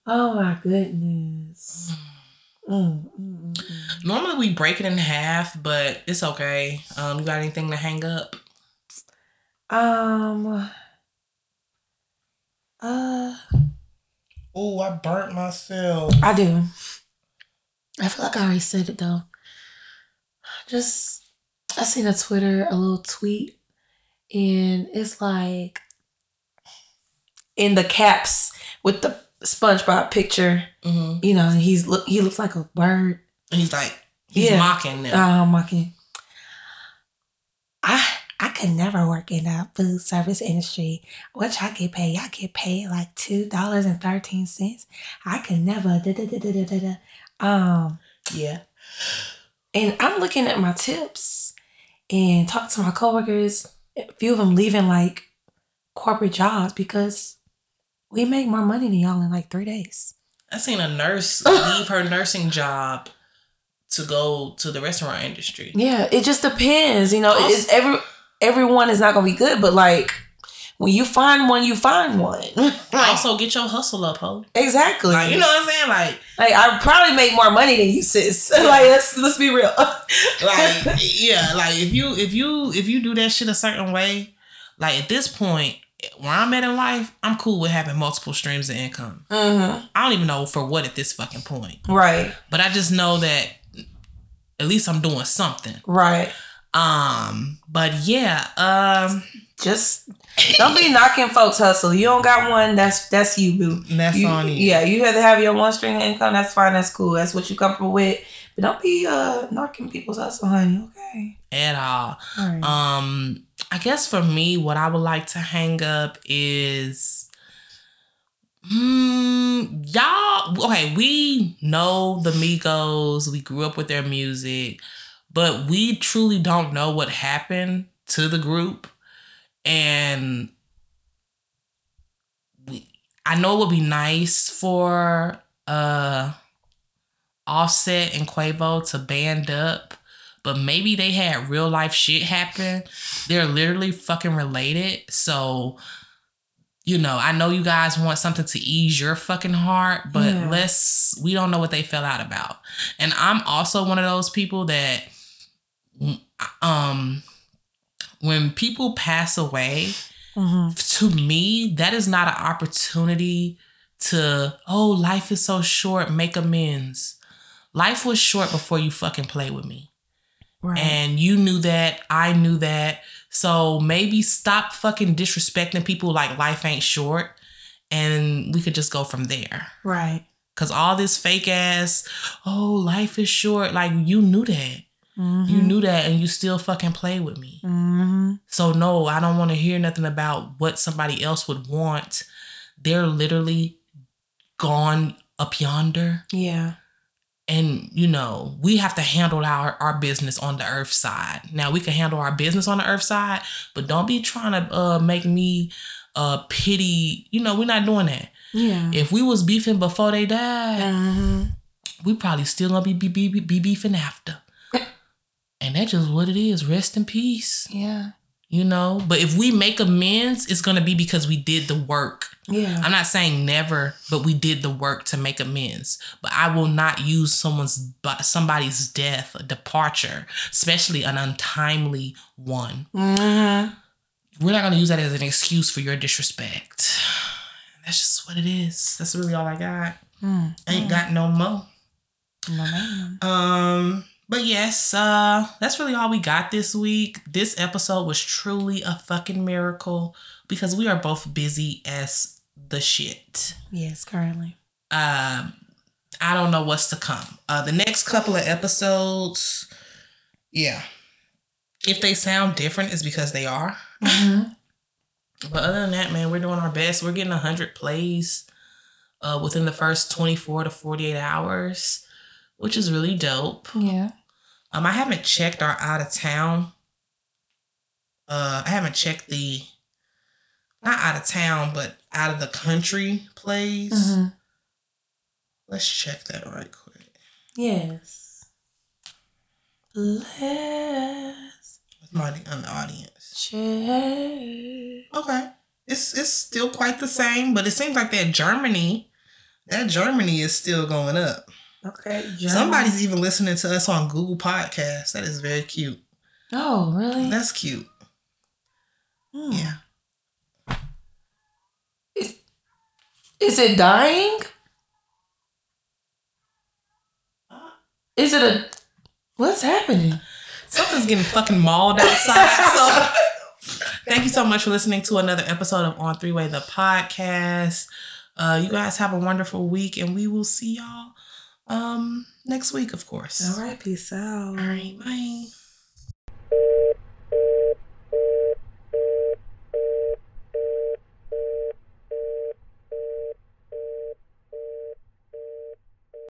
Speaker 2: oh my goodness. Mm, mm, mm, mm.
Speaker 1: Normally we break it in half, but it's okay. Um, you got anything to hang up?
Speaker 2: mm. Um. Uh,
Speaker 1: Oh, I burnt myself.
Speaker 2: I do. I feel like I already said it though. Just I seen a Twitter, a little tweet, and it's like in the caps with the SpongeBob picture.
Speaker 1: hmm
Speaker 2: You know, and he's look he looks like a bird.
Speaker 1: And he's like, he's
Speaker 2: Yeah.
Speaker 1: mocking them.
Speaker 2: Um, I can. I I could never work in the food service industry. What y'all get paid? Y'all get paid like two dollars and thirteen cents. I could never. Da, da, da, da, da, da, da. Um,
Speaker 1: yeah.
Speaker 2: and I'm looking at my tips and talking to my coworkers. A few of them leaving like corporate jobs because we make more money than y'all in like three days.
Speaker 1: I seen a nurse leave her nursing job to go to the restaurant industry.
Speaker 2: Yeah, it just depends. You know, it's every everyone is not gonna be good, but like when you find one, you find one. like,
Speaker 1: Also, get your hustle up, ho.
Speaker 2: exactly.
Speaker 1: Like, you know what I'm saying? Like,
Speaker 2: like I probably make more money than you, sis. like let's let's be real.
Speaker 1: like yeah like if you if you if you do that shit a certain way like at this point where i'm at in life i'm cool with having multiple streams of income
Speaker 2: mm-hmm.
Speaker 1: i don't even know for what at this fucking point
Speaker 2: Right,
Speaker 1: but i just know that at least i'm doing something
Speaker 2: right.
Speaker 1: um but yeah um
Speaker 2: Just don't be knocking folks' hustle. You don't got one. That's that's you, boo.
Speaker 1: that's
Speaker 2: You-
Speaker 1: on you
Speaker 2: Yeah, you have to have your one string of income. That's fine. That's cool. That's what you comfortable with. But don't be uh knocking people's hustle, honey. Okay.
Speaker 1: at all
Speaker 2: All right.
Speaker 1: um i guess for me what i would like to hang up is Hmm, y'all, okay, we know the Migos. We grew up with their music, but we truly don't know what happened to the group. And we, I know it would be nice for uh Offset and Quavo to band up, but maybe they had real life shit happen. They're literally fucking related. So you know, I know you guys want something to ease your fucking heart, but
Speaker 2: Yeah.
Speaker 1: let's, we don't know what they fell out about. And I'm also one of those people that, um, when people pass away,
Speaker 2: Mm-hmm.
Speaker 1: to me, that is not an opportunity to, oh, life is so short, make amends. Life was short before you fucking played with me.
Speaker 2: Right.
Speaker 1: And you knew that. I knew that. So maybe stop fucking disrespecting people like life ain't short. And we could just go from there.
Speaker 2: right.
Speaker 1: Cause all this fake ass, oh, life is short. Like you knew that.
Speaker 2: Mm-hmm.
Speaker 1: You knew that and you still fucking play with me.
Speaker 2: Mm-hmm.
Speaker 1: So no, I don't want to hear nothing about what somebody else would want. They're literally gone up yonder.
Speaker 2: Yeah.
Speaker 1: And you know, we have to handle our, our business on the earth side. Now we can handle our business on the earth side, but don't be trying to uh, make me uh pity. You know, we're not doing that.
Speaker 2: Yeah.
Speaker 1: If we was beefing before they died,
Speaker 2: Mm-hmm.
Speaker 1: we probably still gonna be be, be, be beefing after. And that's just what it is. Rest in peace
Speaker 2: Yeah.
Speaker 1: you know but if we make amends it's going to be because we did the work
Speaker 2: Yeah.
Speaker 1: i'm not saying never but we did the work to make amends but i will not use someone's bu- somebody's death departure especially an untimely one
Speaker 2: Mm-hmm.
Speaker 1: we're not going to use that as an excuse for your disrespect that's just what it is that's really all i got
Speaker 2: Mm.
Speaker 1: ain't got no more
Speaker 2: No, ma'am.
Speaker 1: um, but yes, uh, that's really all we got this week. This episode was truly a fucking miracle because we are both busy as the shit.
Speaker 2: Yes, currently.
Speaker 1: Um, I don't know what's to come. Uh, the next couple of episodes, yeah. If they sound different, it's because they are.
Speaker 2: Mm-hmm.
Speaker 1: But other than that, man, we're doing our best. We're getting 100 plays uh, within the first 24 to 48 hours, which is really dope.
Speaker 2: Yeah.
Speaker 1: Um, I haven't checked our out of town. Uh, I haven't checked the not out of town, but out of the country plays.
Speaker 2: Mm-hmm.
Speaker 1: Let's check that right quick.
Speaker 2: Yes. Let's
Speaker 1: It's already on the audience.
Speaker 2: check.
Speaker 1: Okay, it's it's still quite the same, but it seems like that Germany, that Germany is still going up.
Speaker 2: Okay.
Speaker 1: Somebody's even listening to us on Google Podcasts. That is very cute.
Speaker 2: Oh, really?
Speaker 1: That's cute.
Speaker 2: Hmm.
Speaker 1: Yeah.
Speaker 2: Is it dying? Is it a what's happening?
Speaker 1: Something's getting fucking mauled outside. So thank you so much for listening to another episode of On Three Way the podcast. Uh, you guys have a wonderful week, and we will see y'all um next week, of course.
Speaker 2: right, peace out.
Speaker 1: All right, bye.